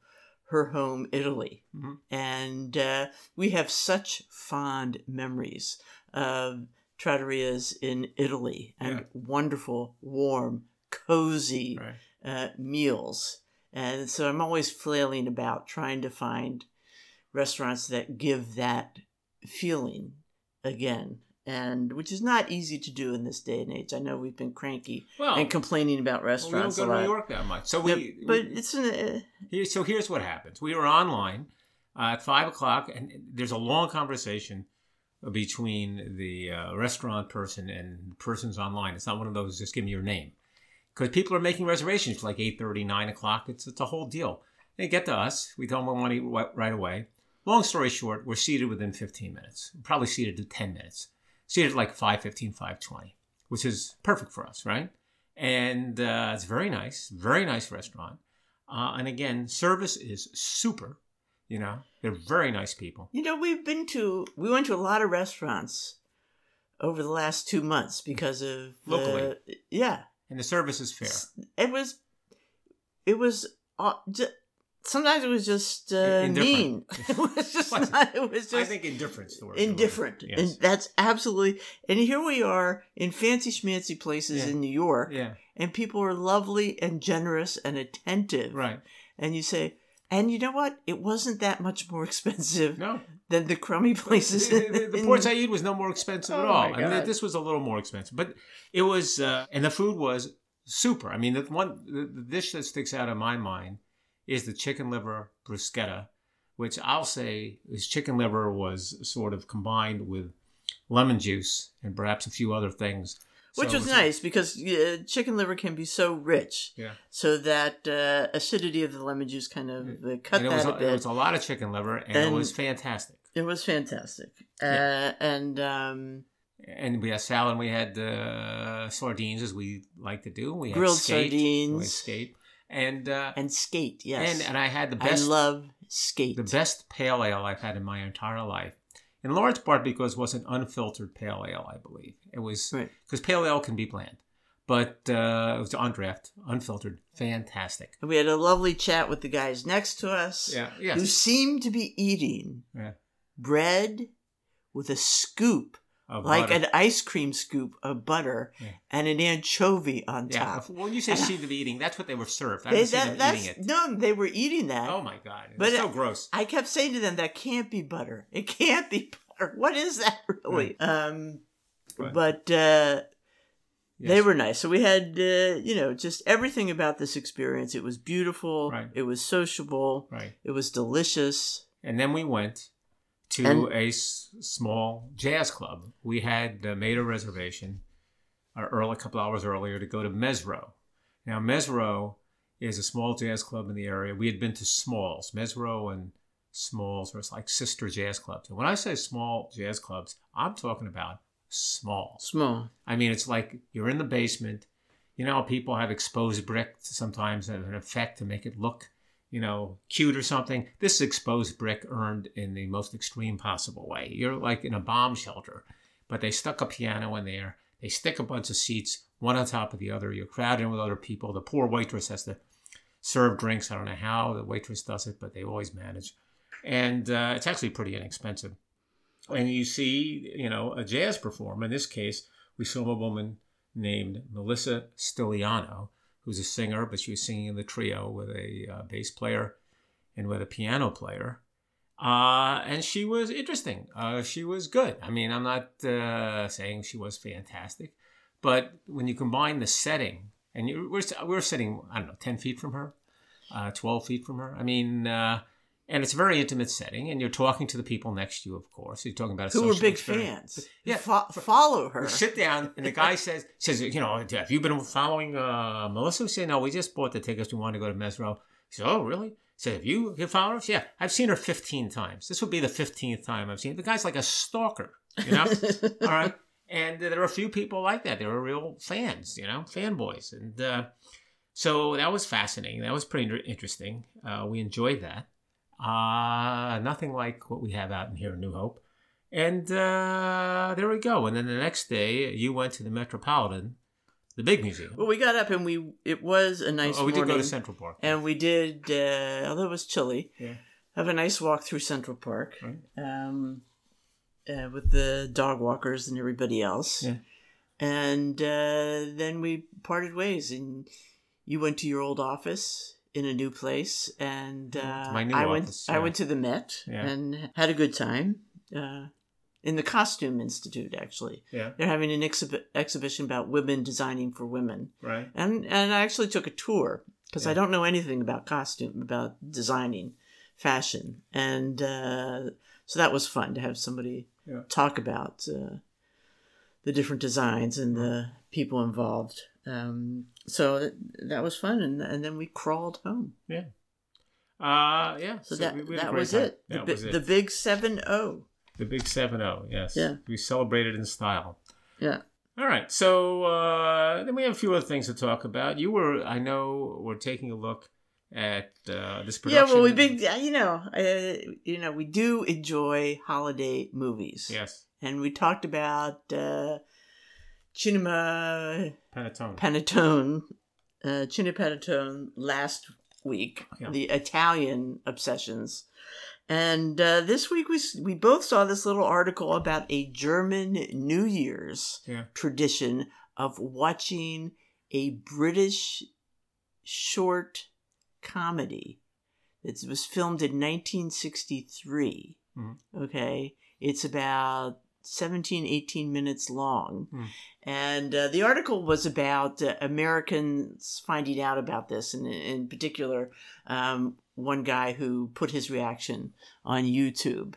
Speaker 1: her home, Italy.
Speaker 2: Mhm.
Speaker 1: And uh, we have such fond memories of trattorias in Italy and
Speaker 2: Yeah.
Speaker 1: wonderful, warm, cozy
Speaker 2: Right.
Speaker 1: uh, meals. And so I'm always flailing about trying to find restaurants that give that feeling again, and which is not easy to do in this day and age. I know we've been cranky
Speaker 2: Well,
Speaker 1: and complaining about
Speaker 2: well, we don't
Speaker 1: restaurants
Speaker 2: go to New
Speaker 1: a lot.
Speaker 2: York that much, so
Speaker 1: Yeah,
Speaker 2: we.
Speaker 1: but it's an, uh,
Speaker 2: Here, so here's what happens. We were online uh, at five o'clock, and there's a long conversation between the uh, restaurant person and the person's online. It's not one of those just give me your name, because people are making reservations like 8.30, 9 o'clock. It's it's a whole deal. They get to us. We tell them we want to eat wi- right away. Long story short, we're seated within 15 minutes. Probably seated to 10 minutes. Seated like 5.15, 5.20, which is perfect for us, right? And uh, it's very nice, very nice restaurant. Uh, and again, service is super. You know, they're very nice people.
Speaker 1: you know we've been to we went to a lot of restaurants over the last two months because of uh,
Speaker 2: Locally.
Speaker 1: yeah,
Speaker 2: and the service is fair.
Speaker 1: S- it was, it was. Uh, ju- sometimes it was just uh,
Speaker 2: Indifferent.
Speaker 1: mean. (laughs) it was just
Speaker 2: Fuzzy.
Speaker 1: not. It was just.
Speaker 2: I think indifference. to it.
Speaker 1: Indifferent,
Speaker 2: Yes.
Speaker 1: and that's absolutely. And here we are in fancy schmancy places
Speaker 2: Yeah.
Speaker 1: in New York,
Speaker 2: yeah.
Speaker 1: and people are lovely and generous and attentive.
Speaker 2: Right.
Speaker 1: And you say, and you know what? It wasn't that much more (laughs) expensive
Speaker 2: No.
Speaker 1: than the crummy places.
Speaker 2: the, the, the
Speaker 1: in-
Speaker 2: Port Said was no more expensive at
Speaker 1: Oh
Speaker 2: all.
Speaker 1: my
Speaker 2: I mean,
Speaker 1: God.
Speaker 2: this was a little more expensive, but it was, uh, and the food was super. I mean, the one the, the dish that sticks out in my mind is the chicken liver bruschetta, which I'll say is chicken liver was sort of combined with lemon juice and perhaps a few other things,
Speaker 1: which
Speaker 2: So
Speaker 1: was
Speaker 2: it
Speaker 1: nice because uh, chicken liver can be so rich.
Speaker 2: Yeah.
Speaker 1: So that uh, acidity of the lemon juice kind of uh, cut
Speaker 2: And it was,
Speaker 1: that a bit.
Speaker 2: it was a lot of chicken liver, and,
Speaker 1: And-
Speaker 2: it was fantastic.
Speaker 1: fantastic. Uh, and um,
Speaker 2: And we had salad. and We had uh, sardines, as we like to do. We had
Speaker 1: Grilled
Speaker 2: skate, We had
Speaker 1: sardines.
Speaker 2: skate. And uh,
Speaker 1: and skate, yes.
Speaker 2: And and I had the
Speaker 1: I
Speaker 2: best
Speaker 1: love skate.
Speaker 2: the best pale ale I've had in my entire life. In large part because it was an unfiltered pale ale, I believe. It was
Speaker 1: Right.
Speaker 2: because pale ale can be bland, but uh, it was on draft, unfiltered, fantastic.
Speaker 1: And we had a lovely chat with the guys next to us
Speaker 2: Yeah,
Speaker 1: who
Speaker 2: yes.
Speaker 1: seemed to be eating
Speaker 2: Yeah.
Speaker 1: bread with a scoop,
Speaker 2: Of
Speaker 1: like
Speaker 2: butter.
Speaker 1: an ice cream scoop of butter
Speaker 2: Yeah.
Speaker 1: and an anchovy on
Speaker 2: yeah.
Speaker 1: top.
Speaker 2: When you say seed of eating, that's what they were served. I
Speaker 1: They-
Speaker 2: didn't see
Speaker 1: that-
Speaker 2: them
Speaker 1: that's-
Speaker 2: eating it.
Speaker 1: No, they were eating that.
Speaker 2: Oh my god, it's
Speaker 1: But
Speaker 2: so
Speaker 1: it-
Speaker 2: gross.
Speaker 1: I kept saying to them, "That can't be butter. It can't be butter. What is that (laughs) really?" Um,
Speaker 2: Right.
Speaker 1: but uh, they
Speaker 2: Yes.
Speaker 1: were nice. So we had, uh, you know, just everything about this experience. It was beautiful.
Speaker 2: Right.
Speaker 1: It was sociable.
Speaker 2: right.
Speaker 1: It was delicious.
Speaker 2: And then we went to
Speaker 1: And-
Speaker 2: a s- small jazz club. We had uh, made a reservation uh, early, a couple hours earlier to go to Mesro. Now, Mesro is a small jazz club in the area. We had been to Smalls. Mesro and Smalls are like sister jazz clubs. And when I say small jazz clubs, I'm talking about Smalls.
Speaker 1: Small.
Speaker 2: I mean, it's like you're in the basement. You know, how people have exposed brick sometimes as an effect to make it look, you know, cute or something. This is exposed brick earned in the most extreme possible way. You're like in a bomb shelter, but they stuck a piano in there. They stick a bunch of seats, one on top of the other. You're crowded in with other people. The poor waitress has to serve drinks. I don't know how the waitress does it, but they always manage. And uh, it's actually pretty inexpensive. And you see, you know, a jazz performer. In this case, we saw a woman named Melissa Stiliano, who's a singer, but she was singing in the trio with a uh, bass player and with a piano player. Uh, and she was interesting. Uh, she was good. I mean, I'm not uh, saying she was fantastic, but when you combine the setting, and you, we're, we're sitting, I don't know, 10 feet from her, uh, 12 feet from her. I mean, uh, and it's a very intimate setting, and you're talking to the people next to you, of course. You're talking about a
Speaker 1: Who were
Speaker 2: social
Speaker 1: big
Speaker 2: experiment.
Speaker 1: fans?
Speaker 2: Yeah.
Speaker 1: Fo- follow her.
Speaker 2: We sit down, and the guy says, "says You know, have you been following uh, Melissa?" We say, "No, we just bought the tickets. We want to go to Mesro." He says, "Oh, really?" He said, "Have you you followed us?" Yeah, I've seen her fifteen times. This would be the fifteenth time I've seen. The guy's like a stalker, you know. All right, and there were a few people like that. They were real fans, you know, fanboys, and uh, so that was fascinating. That was pretty inter- interesting. Uh, we enjoyed that. Uh, nothing like what we have out in here in New Hope. And uh, there we go. And then the next day, you went to the Metropolitan, the big museum.
Speaker 1: well, we got up and we. It was a nice.
Speaker 2: oh, we did go to
Speaker 1: morning,
Speaker 2: Central Park.
Speaker 1: And we did, uh, although it was chilly,
Speaker 2: Yeah.
Speaker 1: have a nice walk through Central Park.
Speaker 2: Right.
Speaker 1: um, uh, with the dog walkers and everybody else.
Speaker 2: Yeah.
Speaker 1: And uh, then we parted ways, and you went to your old office in a new place, and uh,
Speaker 2: my new
Speaker 1: I went.
Speaker 2: office,
Speaker 1: I
Speaker 2: yeah.
Speaker 1: went to the Met
Speaker 2: Yeah.
Speaker 1: and had a good time uh, in the Costume Institute. Actually,
Speaker 2: Yeah,
Speaker 1: they're having an exhibi- exhibition about women designing for women,
Speaker 2: right.
Speaker 1: and and I actually took a tour because I
Speaker 2: Yeah.
Speaker 1: don't know anything about costume, about designing fashion, and uh, so that was fun to have somebody
Speaker 2: Yeah.
Speaker 1: talk about uh, the different designs and the people involved. Um, so th- that was fun, and and then we crawled home.
Speaker 2: Uh, yeah.
Speaker 1: So, that
Speaker 2: we- we had a
Speaker 1: that
Speaker 2: great
Speaker 1: was
Speaker 2: time.
Speaker 1: it. The,
Speaker 2: That
Speaker 1: bi-
Speaker 2: was it.
Speaker 1: the big seven oh. zero.
Speaker 2: The big 7 0, yes.
Speaker 1: Yeah.
Speaker 2: We celebrated in style.
Speaker 1: Yeah.
Speaker 2: All right. So uh, then we have a few other things to talk about. You were, I know, we're taking a look at uh, this production.
Speaker 1: Yeah, well, we big, you know, uh, you know, we do enjoy holiday movies.
Speaker 2: Yes.
Speaker 1: and we talked about uh, Chinima
Speaker 2: Panettone.
Speaker 1: Panettone, uh, Chinna Panettone last week,
Speaker 2: Yeah.
Speaker 1: the Italian obsessions. And uh, this week we, s- we both saw this little article about a German New Year's
Speaker 2: Yeah.
Speaker 1: tradition of watching a British short comedy. It was filmed in 1963.
Speaker 2: Mhm.
Speaker 1: Okay. It's about 17, 18 minutes long.
Speaker 2: Mm.
Speaker 1: And uh, the article was about uh, Americans finding out about this, and in particular, um, one guy who put his reaction on YouTube.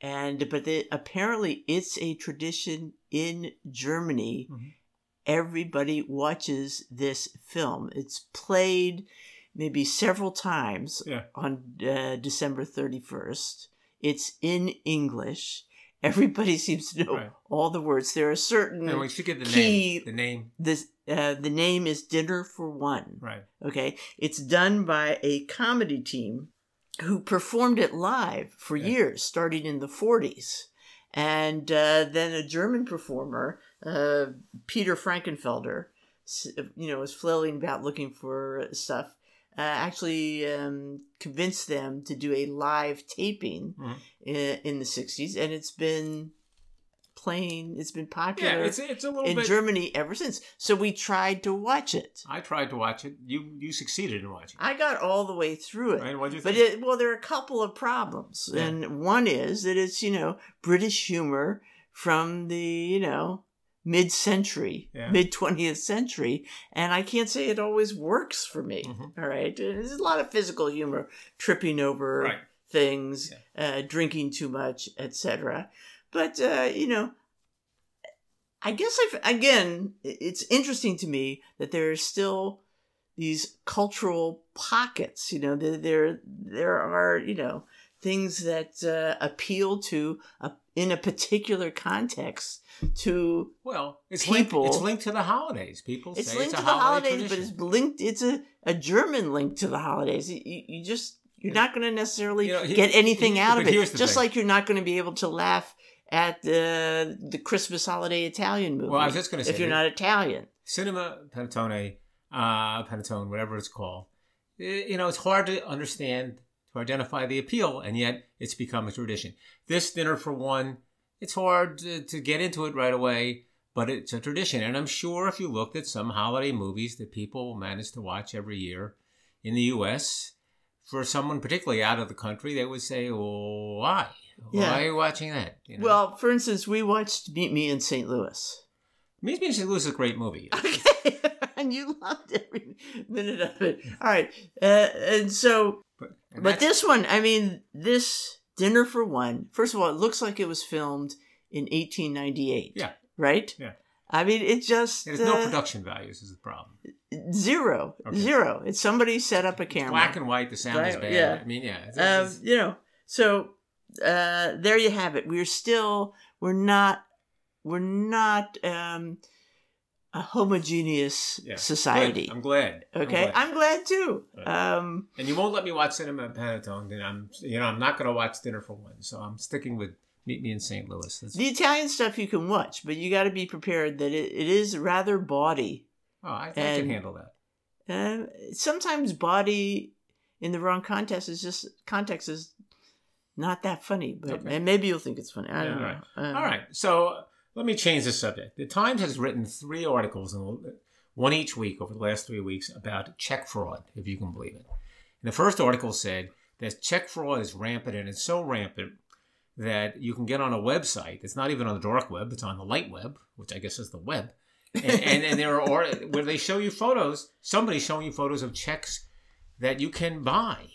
Speaker 1: And but the, apparently, it's a tradition in Germany.
Speaker 2: Mhm.
Speaker 1: Everybody watches this film. It's played maybe several times
Speaker 2: Yeah.
Speaker 1: on uh, December thirty first. It's in English. (laughs) Everybody seems to know
Speaker 2: Right.
Speaker 1: all the words. There are certain
Speaker 2: And we should get the
Speaker 1: Key-
Speaker 2: name. The name.
Speaker 1: this uh, the name is Dinner for One.
Speaker 2: Right.
Speaker 1: Okay, it's done by a comedy team who performed it live for
Speaker 2: Yeah.
Speaker 1: years, starting in the forties, and uh, then a German performer, uh, Peter Frankenfelder, s- you know, was flailing about looking for stuff. Uh, actually, um, convinced them to do a live taping
Speaker 2: Mhm.
Speaker 1: i in, the '60s, and it's been playing. It's been popular
Speaker 2: Yeah, it's it's a little
Speaker 1: in
Speaker 2: bit.
Speaker 1: Germany ever since. So we tried to watch it.
Speaker 2: I tried to watch it. You you succeeded in watching.
Speaker 1: I got all the way through
Speaker 2: it.
Speaker 1: it.
Speaker 2: Right? What do you
Speaker 1: But
Speaker 2: think?
Speaker 1: it, well, there are a couple of problems,
Speaker 2: Yeah.
Speaker 1: and one is that it's you know British humor from the you know mid-century,
Speaker 2: Yeah.
Speaker 1: mid-twentieth century, and I can't say it always works for me.
Speaker 2: Mhm.
Speaker 1: all right, there's a lot of physical humor, tripping over
Speaker 2: right.
Speaker 1: things, uh, drinking too much, etc. But uh, you know, I guess I've, again, i- it's interesting to me that there are still these cultural pockets. You know, there there, there are you know things that uh, appeal to a, in a particular context to
Speaker 2: Well, it's
Speaker 1: People-
Speaker 2: linked. It's linked to the holidays. People
Speaker 1: it's
Speaker 2: say
Speaker 1: linked
Speaker 2: it's a
Speaker 1: to the
Speaker 2: holiday
Speaker 1: holidays,
Speaker 2: tradition.
Speaker 1: but it's linked. It's a, a German link to the holidays. You, you you just you're not going to necessarily
Speaker 2: You know, he-
Speaker 1: get anything
Speaker 2: he-
Speaker 1: out of
Speaker 2: but
Speaker 1: it.
Speaker 2: here's the
Speaker 1: Just
Speaker 2: thing.
Speaker 1: like you're not going to be able to laugh at the the Christmas holiday Italian movie.
Speaker 2: well, I was just going to say
Speaker 1: if you're
Speaker 2: that
Speaker 1: not Italian,
Speaker 2: cinema panettone, uh, panettone, whatever it's called. eh, You know, it's hard to understand to identify the appeal, and yet it's become a tradition. This dinner for one, it's hard to, to get into it right away, but it's a tradition, and I'm sure if you looked at some holiday movies that people manage to watch every year in the U.S. For someone particularly out of the country, they would say, "Why?
Speaker 1: Yeah.
Speaker 2: Why are you watching that?" You know?
Speaker 1: well, for instance, we watched Meet Me in St. Louis.
Speaker 2: Meet Me in St. Louis is a great movie.
Speaker 1: (laughs) Okay, and you loved every minute of it. All right, uh, and so
Speaker 2: But, and
Speaker 1: But
Speaker 2: that's-
Speaker 1: this one, I mean, this dinner for one. First of all, it looks like it was filmed in 1898.
Speaker 2: Yeah.
Speaker 1: Right.
Speaker 2: Yeah.
Speaker 1: I mean, it just
Speaker 2: there's no
Speaker 1: uh,
Speaker 2: production values is the problem.
Speaker 1: zero,
Speaker 2: Okay.
Speaker 1: zero. It's somebody set up a camera.
Speaker 2: black and white. The sound is
Speaker 1: Right,
Speaker 2: bad.
Speaker 1: yeah.
Speaker 2: I mean, yeah. It's,
Speaker 1: um,
Speaker 2: it's-
Speaker 1: you know, so uh, there you have it. We're still we're not we're not um, a homogeneous
Speaker 2: Yeah.
Speaker 1: society.
Speaker 2: Good. I'm glad. I'm
Speaker 1: okay,
Speaker 2: glad.
Speaker 1: I'm glad too.
Speaker 2: Right.
Speaker 1: Um,
Speaker 2: and you won't let me watch Cinema Panettone. Then I'm, you know, I'm not going to watch Dinner for One. So I'm sticking with Meet Me in St. Louis. That's,
Speaker 1: the Italian stuff you can watch, but you got to be prepared that it, it is rather bawdy.
Speaker 2: oh, I, I can
Speaker 1: and-
Speaker 2: handle that.
Speaker 1: Um, sometimes body in the wrong context is just context is not that funny, but
Speaker 2: Okay.
Speaker 1: and maybe you'll think it's funny. I
Speaker 2: Yeah,
Speaker 1: don't know.
Speaker 2: all right.
Speaker 1: Um,
Speaker 2: All right. So uh, let me change the subject. The Times has written three articles, in- one each week over the last three weeks, about check fraud, if you can believe it. And the first article said that check fraud is rampant, and it's so rampant that you can get on a website. It's not even on the dark web, it's on the light web, which I guess is
Speaker 1: (laughs)
Speaker 2: the web. And, and, and there are art- where they show you photos, somebody's showing you photos of checks that you can buy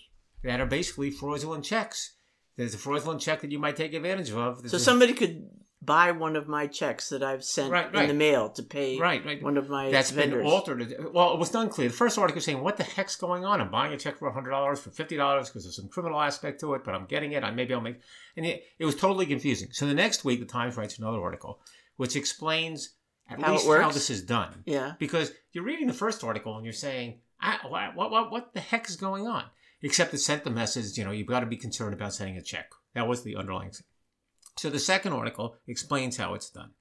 Speaker 2: that are basically fraudulent checks. There's a fraudulent check that you might take advantage of.
Speaker 1: So
Speaker 2: There's a-
Speaker 1: somebody could buy one of my checks that I've sent
Speaker 2: Right,
Speaker 1: in
Speaker 2: right.
Speaker 1: the mail to pay
Speaker 2: Right, right.
Speaker 1: one of my
Speaker 2: That's
Speaker 1: vendors.
Speaker 2: been altered. Well, it was done clear. The first article was saying, "What the heck's going on? I'm buying a check for hundred dollars for fifty dollars because there's some criminal aspect to it, but I'm getting it. I maybe I'll make." And it, it was totally confusing. So the next week, the Times writes another article, which explains at
Speaker 1: How it
Speaker 2: least how
Speaker 1: works?
Speaker 2: this is done.
Speaker 1: yeah,
Speaker 2: Because you're reading the first article and you're saying, I, what, what, what the heck is going on? Except it sent the message, you know, you've got to be concerned about sending a check. That was the underlying. So the second article explains how it's done.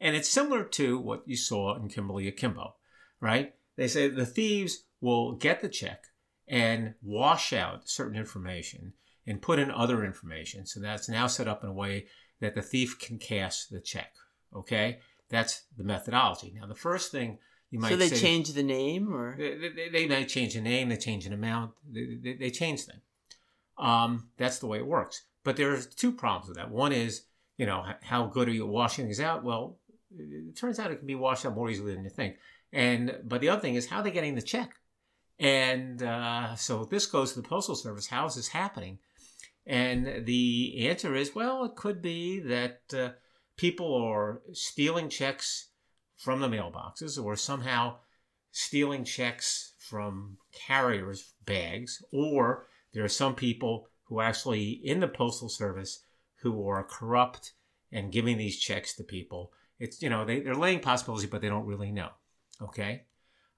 Speaker 2: And it's similar to what you saw in Kimberly Akimbo, right? They say the thieves will get the check and wash out certain information and put in other information. So that's now set up in a way that the thief can cash the check. Okay? That's the methodology. Now, the first thing you might
Speaker 1: so they
Speaker 2: say,
Speaker 1: change the name, or
Speaker 2: they, they, they might change the name, they change an amount, they, they, they change things. Um, that's the way it works. But there are two problems with that. One is, you know, h- how good are you at washing things out? Well, it turns out it can be washed out more easily than you think. And but the other thing is, how are they getting the check? And uh, so this goes to the postal service. How is this happening? And the answer is, well, it could be that uh, people are stealing checks from the mailboxes, or somehow stealing checks from carriers' bags, or there are some people who actually in the postal service who are corrupt and giving these checks to people. It's you know they they're laying possibilities, but they don't really know. Okay,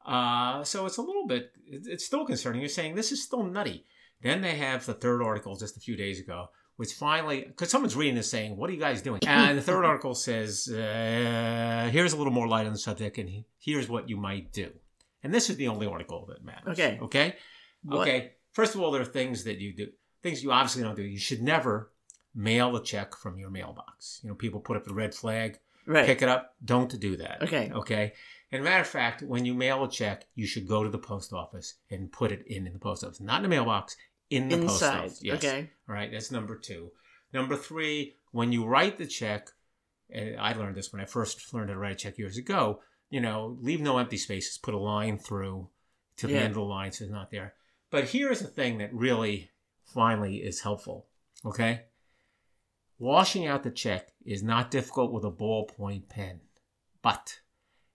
Speaker 2: uh, so it's a little bit it- it's still concerning. You're saying this is still nutty. Then they have the third article just a few days ago, which finally because someone's reading this saying, "What are you guys doing?" And the third article says, uh, "Here's a little more light on the subject, and he- here's what you might do." And this is the only article that matters.
Speaker 1: Okay.
Speaker 2: Okay.
Speaker 1: What-
Speaker 2: Okay. First of all, there are things that you do, things you obviously don't do. You should never mail a check from your mailbox. You know, people put up the red flag,
Speaker 1: right?
Speaker 2: pick it up. Don't do that.
Speaker 1: Okay.
Speaker 2: Okay. And matter of fact, when you mail a check, you should go to the post office and put it in, in the post office, not in the mailbox, in the post
Speaker 1: Inside,
Speaker 2: office. Yes.
Speaker 1: okay,
Speaker 2: All right, that's number two. Number three, when you write the check, and I learned this when I first learned how to write a check years ago, you know, leave no empty spaces, put a line through to the
Speaker 1: Yeah.
Speaker 2: end of the line so it's not there. But here's the thing that really finally is helpful, okay? Washing out the check is not difficult with a ballpoint pen, but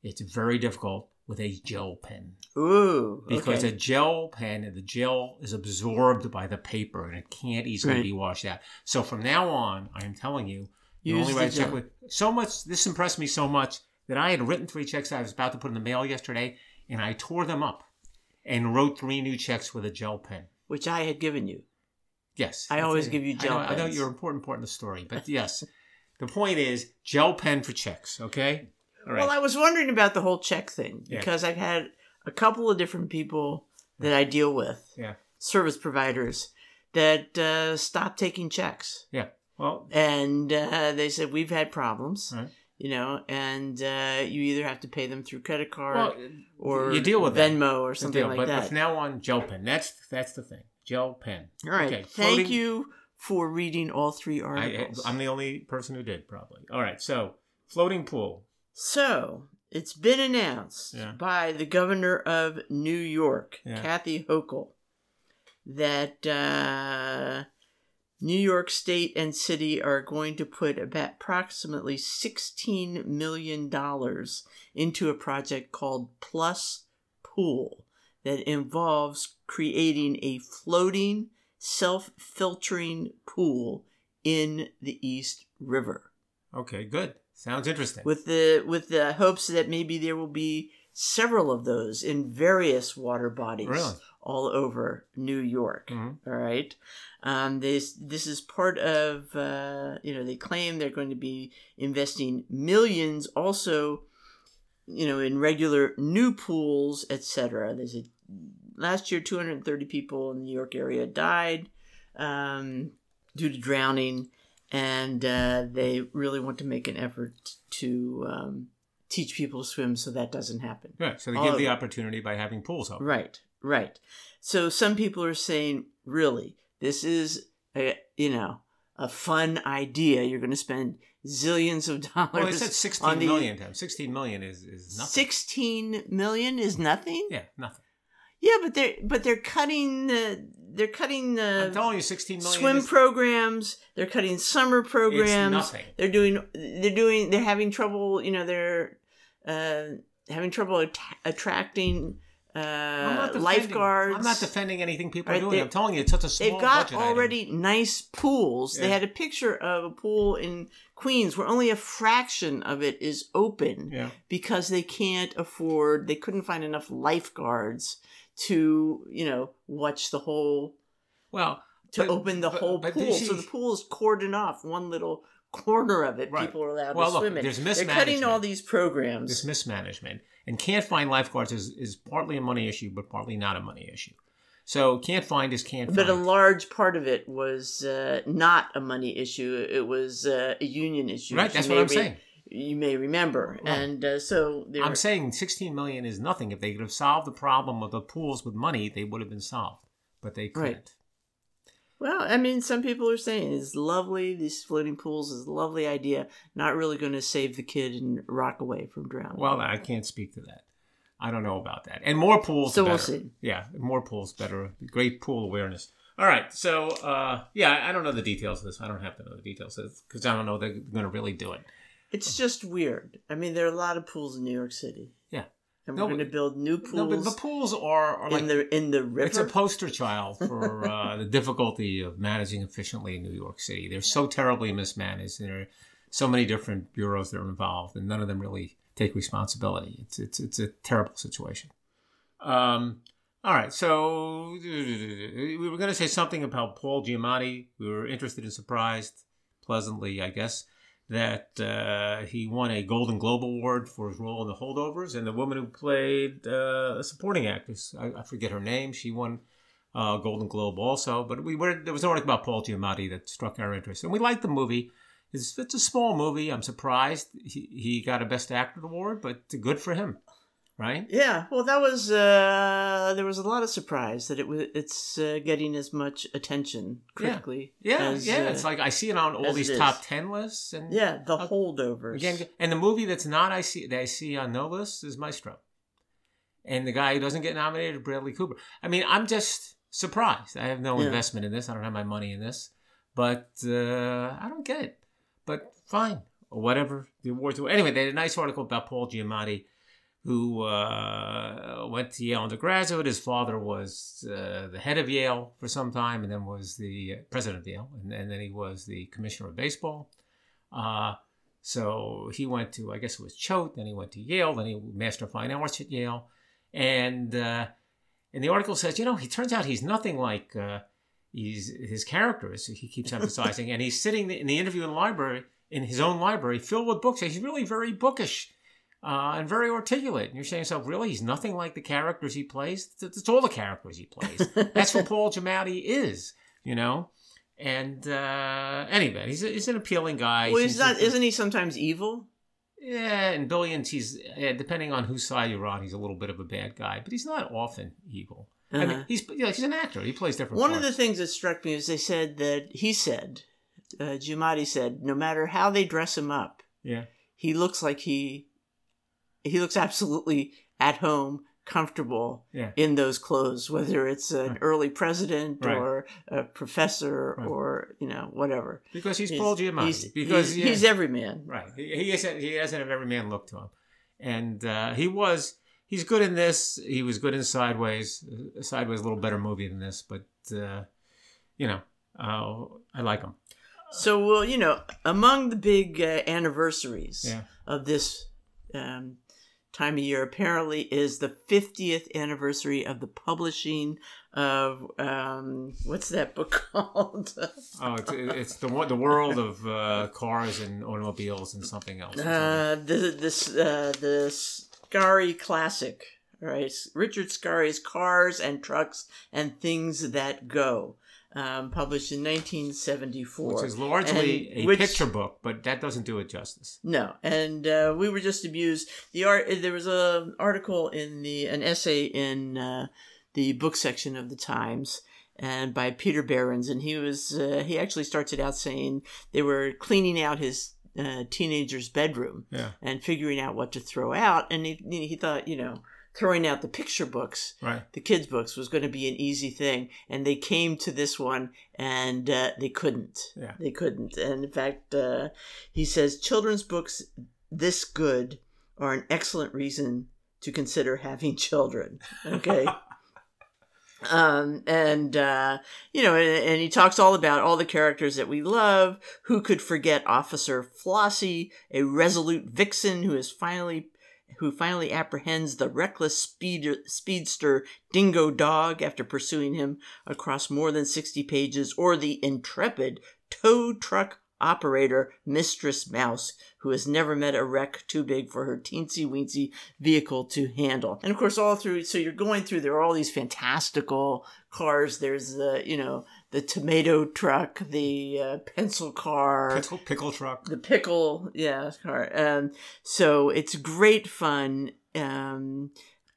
Speaker 2: it's very difficult with a gel pen
Speaker 1: ooh,
Speaker 2: because
Speaker 1: okay.
Speaker 2: a gel pen the gel is absorbed by the paper and it can't easily
Speaker 1: Right.
Speaker 2: be washed out. So from now on, I am telling you, you
Speaker 1: Use
Speaker 2: only
Speaker 1: the
Speaker 2: write a check
Speaker 1: gel.
Speaker 2: with so much. This impressed me so much that I had written three checks that I was about to put in the mail yesterday, and I tore them up and wrote three new checks with a gel pen.
Speaker 1: which I had given you.
Speaker 2: Yes,
Speaker 1: I
Speaker 2: that's
Speaker 1: always
Speaker 2: it.
Speaker 1: give you
Speaker 2: I
Speaker 1: gel
Speaker 2: know- I know
Speaker 1: pens.
Speaker 2: you're an important part of the story, but yes, the point is gel pen for checks. Okay, all right.
Speaker 1: Well, I was wondering about the whole check thing
Speaker 2: Yeah.
Speaker 1: because I've had a couple of different people that I deal with,
Speaker 2: Yeah.
Speaker 1: service providers, that uh, stopped taking checks,
Speaker 2: yeah. Well,
Speaker 1: and uh, they said we've had problems,
Speaker 2: Right.
Speaker 1: you know, and uh, you either have to pay them through credit card
Speaker 2: well,
Speaker 1: or
Speaker 2: you deal with that.
Speaker 1: Venmo or
Speaker 2: the
Speaker 1: something
Speaker 2: deal,
Speaker 1: like
Speaker 2: but
Speaker 1: that.
Speaker 2: But from now on, gel pen. That's that's the thing. Gel pen.
Speaker 1: all right,
Speaker 2: okay,
Speaker 1: thank
Speaker 2: floating-
Speaker 1: you for reading all three
Speaker 2: I,
Speaker 1: articles.
Speaker 2: I'm the only person who did probably. All right. So floating pool.
Speaker 1: So it's been announced
Speaker 2: Yeah.
Speaker 1: by the governor of New York,
Speaker 2: Yeah.
Speaker 1: Kathy Hochul, that uh, New York State and city are going to put about approximately sixteen million dollars into a project called Plus Pool that involves creating a floating, self-filtering pool in the East River
Speaker 2: Okay. Good. Sounds interesting.
Speaker 1: with the with the hopes that maybe there will be several of those in various water bodies
Speaker 2: Really?
Speaker 1: all over New York.
Speaker 2: Mhm.
Speaker 1: All right, um, this this is part of uh, you know they claim they're going to be investing millions also you know in regular new pools etc. There's a last year 230 people in the New York area died um, due to drowning and uh, they really want to make an effort to um, teach people to swim so that doesn't happen.
Speaker 2: Good. So they
Speaker 1: all
Speaker 2: give
Speaker 1: of
Speaker 2: the
Speaker 1: it.
Speaker 2: opportunity by having pools open.
Speaker 1: Right, right. So some people are saying, really, this is a you know a fun idea. You're going to spend zillions of dollars.
Speaker 2: Well, they said
Speaker 1: on
Speaker 2: sixteen
Speaker 1: the-
Speaker 2: million times. Sixteen million is is nothing.
Speaker 1: Sixteen million is nothing.
Speaker 2: Yeah, nothing.
Speaker 1: Yeah, but they're but they're cutting the they're cutting
Speaker 2: I'm
Speaker 1: the
Speaker 2: telling you, sixteen million.
Speaker 1: swim
Speaker 2: is,
Speaker 1: programs. They're cutting summer programs.
Speaker 2: It's nothing.
Speaker 1: they're doing they're doing they're having trouble you know they're uh, having trouble at- attracting
Speaker 2: I'm not
Speaker 1: uh,
Speaker 2: defending-
Speaker 1: lifeguards
Speaker 2: I'm not defending anything people are
Speaker 1: Right,
Speaker 2: doing.
Speaker 1: they-
Speaker 2: I'm telling you, it's such a small
Speaker 1: they've got
Speaker 2: budget item.
Speaker 1: already nice pools they
Speaker 2: Yeah.
Speaker 1: had a picture of a pool in queens where only a fraction of it is open
Speaker 2: Yeah.
Speaker 1: because they can't afford they couldn't find enough lifeguards to you know watch the whole
Speaker 2: Well,
Speaker 1: to
Speaker 2: But-
Speaker 1: open the
Speaker 2: but-
Speaker 1: whole
Speaker 2: but
Speaker 1: pool
Speaker 2: this
Speaker 1: so
Speaker 2: is-
Speaker 1: the pool is cordoned off one little corner of it
Speaker 2: Right.
Speaker 1: people are allowed
Speaker 2: Well,
Speaker 1: to
Speaker 2: look,
Speaker 1: swim in.
Speaker 2: there's
Speaker 1: They're cutting
Speaker 2: mismanagement.
Speaker 1: all these programs.
Speaker 2: This mismanagement and can't find lifeguards is, is partly a money issue, but partly not a money issue. So can't find is can't
Speaker 1: But a
Speaker 2: find.
Speaker 1: large part of it was uh, not a money issue; it was uh, a union issue.
Speaker 2: Right,
Speaker 1: which
Speaker 2: that's
Speaker 1: you
Speaker 2: what I'm
Speaker 1: may re-
Speaker 2: saying.
Speaker 1: You may remember,
Speaker 2: Right.
Speaker 1: and uh, so there.
Speaker 2: I'm saying 16 million is nothing. If they could have solved the problem of the pools with money, they would have been solved, but they couldn't.
Speaker 1: Right. well, I mean, some people are saying it's lovely. These floating pools is a lovely idea. Not really going to save the kid in Rockaway from drowning.
Speaker 2: Well, I can't speak to that. I don't know about that. And more pools,
Speaker 1: So we'll
Speaker 2: better.
Speaker 1: see.
Speaker 2: Yeah, more pools, better. Great pool awareness. All right. So, uh, yeah, I don't know the details of this. I don't have to know the details of this because I don't know they're going to really do it.
Speaker 1: it's just weird. I mean, there are a lot of pools in New York City,
Speaker 2: Yeah.
Speaker 1: and
Speaker 2: No,
Speaker 1: we're going to build new
Speaker 2: No, but
Speaker 1: pools
Speaker 2: the pools are, are like
Speaker 1: in the in the river.
Speaker 2: It's a poster child for uh, the difficulty of managing efficiently in New York City. They're so terribly mismanaged, and there are so many different bureaus that are involved, and none of them really take responsibility. It's it's it's a terrible situation. Um, all right, so we were going to say something about Paul Giamatti. We were interested and surprised, pleasantly, I guess, that uh, he won a Golden Globe Award for his role in The Holdovers, and the woman who played uh, a supporting actress, I, I forget her name, she won uh, Golden Globe also. But we were there was an article about Paul Giamatti that struck our interest, and we liked the movie. It's, it's a small movie. I'm surprised he, he got a Best Actor award, but good for him, right?
Speaker 1: Yeah, well, that was uh, there was a lot of surprise that it was it's uh, getting as much attention critically.
Speaker 2: Yeah,
Speaker 1: as,
Speaker 2: yeah.
Speaker 1: uh,
Speaker 2: it's like I see it on all
Speaker 1: as
Speaker 2: these
Speaker 1: it is.
Speaker 2: top ten lists, and
Speaker 1: yeah, the
Speaker 2: Uh,
Speaker 1: holdovers.
Speaker 2: again, and the movie that's not I see that I see on no list is Maestro, and the guy who doesn't get nominated, Bradley Cooper. I mean, I'm just surprised. I have no
Speaker 1: Yeah.
Speaker 2: investment in this. I don't have my money in this, but uh, I don't get it. But fine, whatever the awards were. Anyway, they had a nice article about Paul Giamatti. Who uh, went to Yale undergraduate? His father was uh, the head of Yale for some time, and then was the president of Yale, and, and then he was the commissioner of baseball. Uh, so he went to, I guess it was Choate, then he went to Yale, then he Master of Fine Arts at Yale. And uh, and the article says, you know, he turns out he's nothing like uh, he's, his character is, he
Speaker 1: (laughs)
Speaker 2: keeps emphasizing. and he's sitting in the interview in the library, in his own library, filled with books. He's really very bookish uh, and very articulate. And you're saying to yourself, really? He's nothing like the characters he plays? That's that's all the characters he plays.
Speaker 1: (laughs)
Speaker 2: That's what Paul Giamatti is, you know? And uh, anyway, he's, a, he's an appealing guy.
Speaker 1: well, he's
Speaker 2: He's-
Speaker 1: not.
Speaker 2: he's-
Speaker 1: Isn't he sometimes evil?
Speaker 2: yeah, and billions, he's eh, depending on whose side you're on, he's a little bit of a bad guy, but he's not often evil. I
Speaker 1: Uh-huh.
Speaker 2: mean, he's you know, he's an actor. He plays different.
Speaker 1: One of
Speaker 2: parts.
Speaker 1: the things that struck me is they said that he said, uh, Giamatti said, no matter how they dress him up,
Speaker 2: yeah,
Speaker 1: he looks like he he looks absolutely at home, comfortable
Speaker 2: Yeah.
Speaker 1: in those clothes, whether it's an
Speaker 2: Right.
Speaker 1: early president
Speaker 2: Right.
Speaker 1: or a professor
Speaker 2: Right.
Speaker 1: or you know whatever.
Speaker 2: because he's, Paul Giamatti.
Speaker 1: He's,
Speaker 2: because
Speaker 1: he's,
Speaker 2: yeah.
Speaker 1: he's every man.
Speaker 2: Right. He, he isn't. He doesn't have every man look to him, and uh, he was. He's good in this. He was good in Sideways. Uh, Sideways, a little better movie than this, but uh, you know, uh, I like him.
Speaker 1: So, well, you know, among the big uh, anniversaries
Speaker 2: Yeah.
Speaker 1: of this um, time of year, apparently, is the 50th anniversary of the publishing of um, what's that book (laughs) called?
Speaker 2: Oh, it's, it's the wo- the world of uh, cars and automobiles and something else.
Speaker 1: Uh, the this uh, the Scary classic, all right? Richard Scarry's Cars and Trucks and Things That Go, um, published in 1974,
Speaker 2: which is largely
Speaker 1: and
Speaker 2: a
Speaker 1: which-
Speaker 2: picture book, but that doesn't do it justice.
Speaker 1: No, and uh, we were just abused. The art there was a article in the an essay in uh, the book section of the Times, and by Peter Behrens, and he was uh, he actually starts it out saying they were cleaning out his uh, teenager's bedroom
Speaker 2: Yeah,
Speaker 1: and figuring out what to throw out, and he he thought you know throwing out the picture books
Speaker 2: right.
Speaker 1: the kids books was going to be an easy thing and they came to this one and uh, they couldn't
Speaker 2: Yeah.
Speaker 1: they couldn't and in fact uh, he says children's books this good are an excellent reason to consider having children okay um and uh you know and, and he talks all about all the characters that we love who could forget officer flossie a resolute vixen who is finally who finally apprehends the reckless speeder, speedster Dingo Dog after pursuing him across more than 60 pages, or the intrepid tow truck operator, Mistress Mouse, who has never met a wreck too big for her teensy weensy vehicle to handle. And of course, all through, so you're going through, there are all these fantastical cars. There's the, you know, the tomato truck, the uh, pencil car,
Speaker 2: Pickle, pickle truck.
Speaker 1: the pickle, yeah, car. Um, so it's great fun. Um,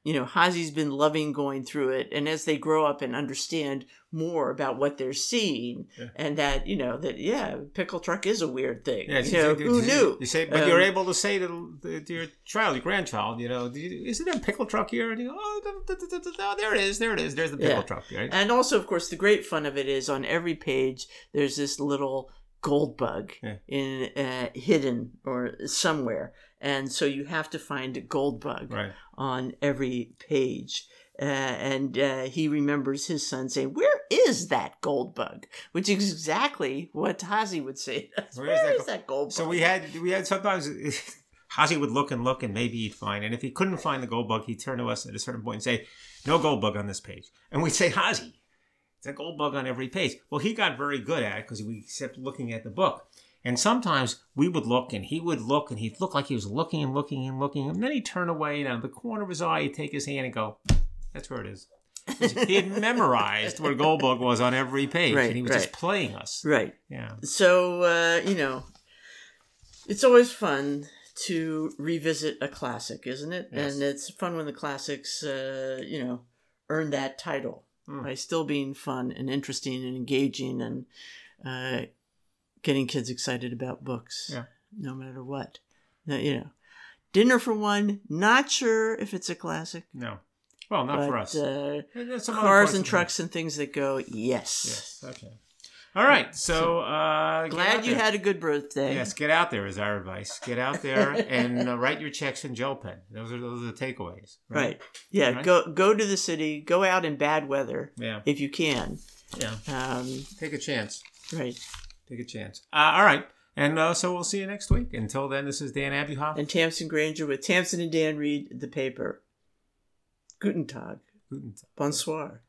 Speaker 1: you know, Hazi's been loving going through it, and as they grow up and understand more about what they're seeing,
Speaker 2: Yeah.
Speaker 1: and that you know that yeah, pickle truck is a weird thing.
Speaker 2: Yeah,
Speaker 1: you know,
Speaker 2: you-
Speaker 1: who
Speaker 2: you-
Speaker 1: knew?
Speaker 2: You say, but you're
Speaker 1: Um,
Speaker 2: able to say to, the- to your child, your grandchild, you know, "Do you- isn't there a pickle truck here? And you go, oh, da- da- da- da- da- there it is, there it is, there's the pickle
Speaker 1: Yeah.
Speaker 2: truck, right?
Speaker 1: And also, of course, the great fun of it is on every page there's this little gold bug
Speaker 2: Yeah.
Speaker 1: in uh, hidden or somewhere, and so you have to find a gold bug.
Speaker 2: Right.
Speaker 1: on every page. Uh, and uh, he remembers his son saying, Where is that gold bug? Which is exactly what Tazi would say. (laughs) to us.
Speaker 2: Where
Speaker 1: Where,
Speaker 2: is
Speaker 1: is,
Speaker 2: that go-
Speaker 1: that gold bug?
Speaker 2: So we had we had sometimes (laughs) Hazi would look and look and maybe he'd find, and if he couldn't find the gold bug, he'd turn to us at a certain point and say, "No gold bug on this page," and we'd say, "Hazi, it's a gold bug on every page." Well, he got very good at it because we kept looking at the book, and sometimes we would look and he would look and he'd look like he was looking and looking and looking, and then he'd turn away and out of the corner of his eye, he'd take his hand and go, "That's where it is." he had (laughs) memorized where gold bug was on every page,
Speaker 1: Right,
Speaker 2: and he was just
Speaker 1: right.
Speaker 2: playing us.
Speaker 1: right.
Speaker 2: Yeah.
Speaker 1: So, uh, you know, it's always fun to revisit a classic, isn't it?
Speaker 2: Yes.
Speaker 1: And it's fun when the classics, uh, you know, earn that title
Speaker 2: Mm.
Speaker 1: by still being fun and interesting and engaging and uh, getting kids excited about books,
Speaker 2: Yeah.
Speaker 1: no matter what. No, you know, Dinner for One, not sure if it's a classic.
Speaker 2: No. Well, not
Speaker 1: but,
Speaker 2: for us.
Speaker 1: Uh,
Speaker 2: And there's some other
Speaker 1: cars
Speaker 2: parts
Speaker 1: and
Speaker 2: of it.
Speaker 1: trucks and things that go, yes.
Speaker 2: Yes. Okay. All right. So uh, get out
Speaker 1: Glad you
Speaker 2: there.
Speaker 1: had a good birthday.
Speaker 2: Yes, get out there is our advice. Get
Speaker 1: (laughs)
Speaker 2: out there and uh, write your checks in gel pen. Those are those are the takeaways.
Speaker 1: Right. Yeah.
Speaker 2: Right?
Speaker 1: Go go to the city. Go out in bad weather
Speaker 2: Yeah.
Speaker 1: if you can.
Speaker 2: Yeah.
Speaker 1: Um,
Speaker 2: Take a chance.
Speaker 1: right.
Speaker 2: Take a chance. Uh, all right. And uh, so we'll see you next week. Until then, this is Dan Abuhoff.
Speaker 1: And Tamsin Granger with Tamsin and Dan Reed, the paper. Guten Tag.
Speaker 2: Guten Tag.
Speaker 1: Bonsoir.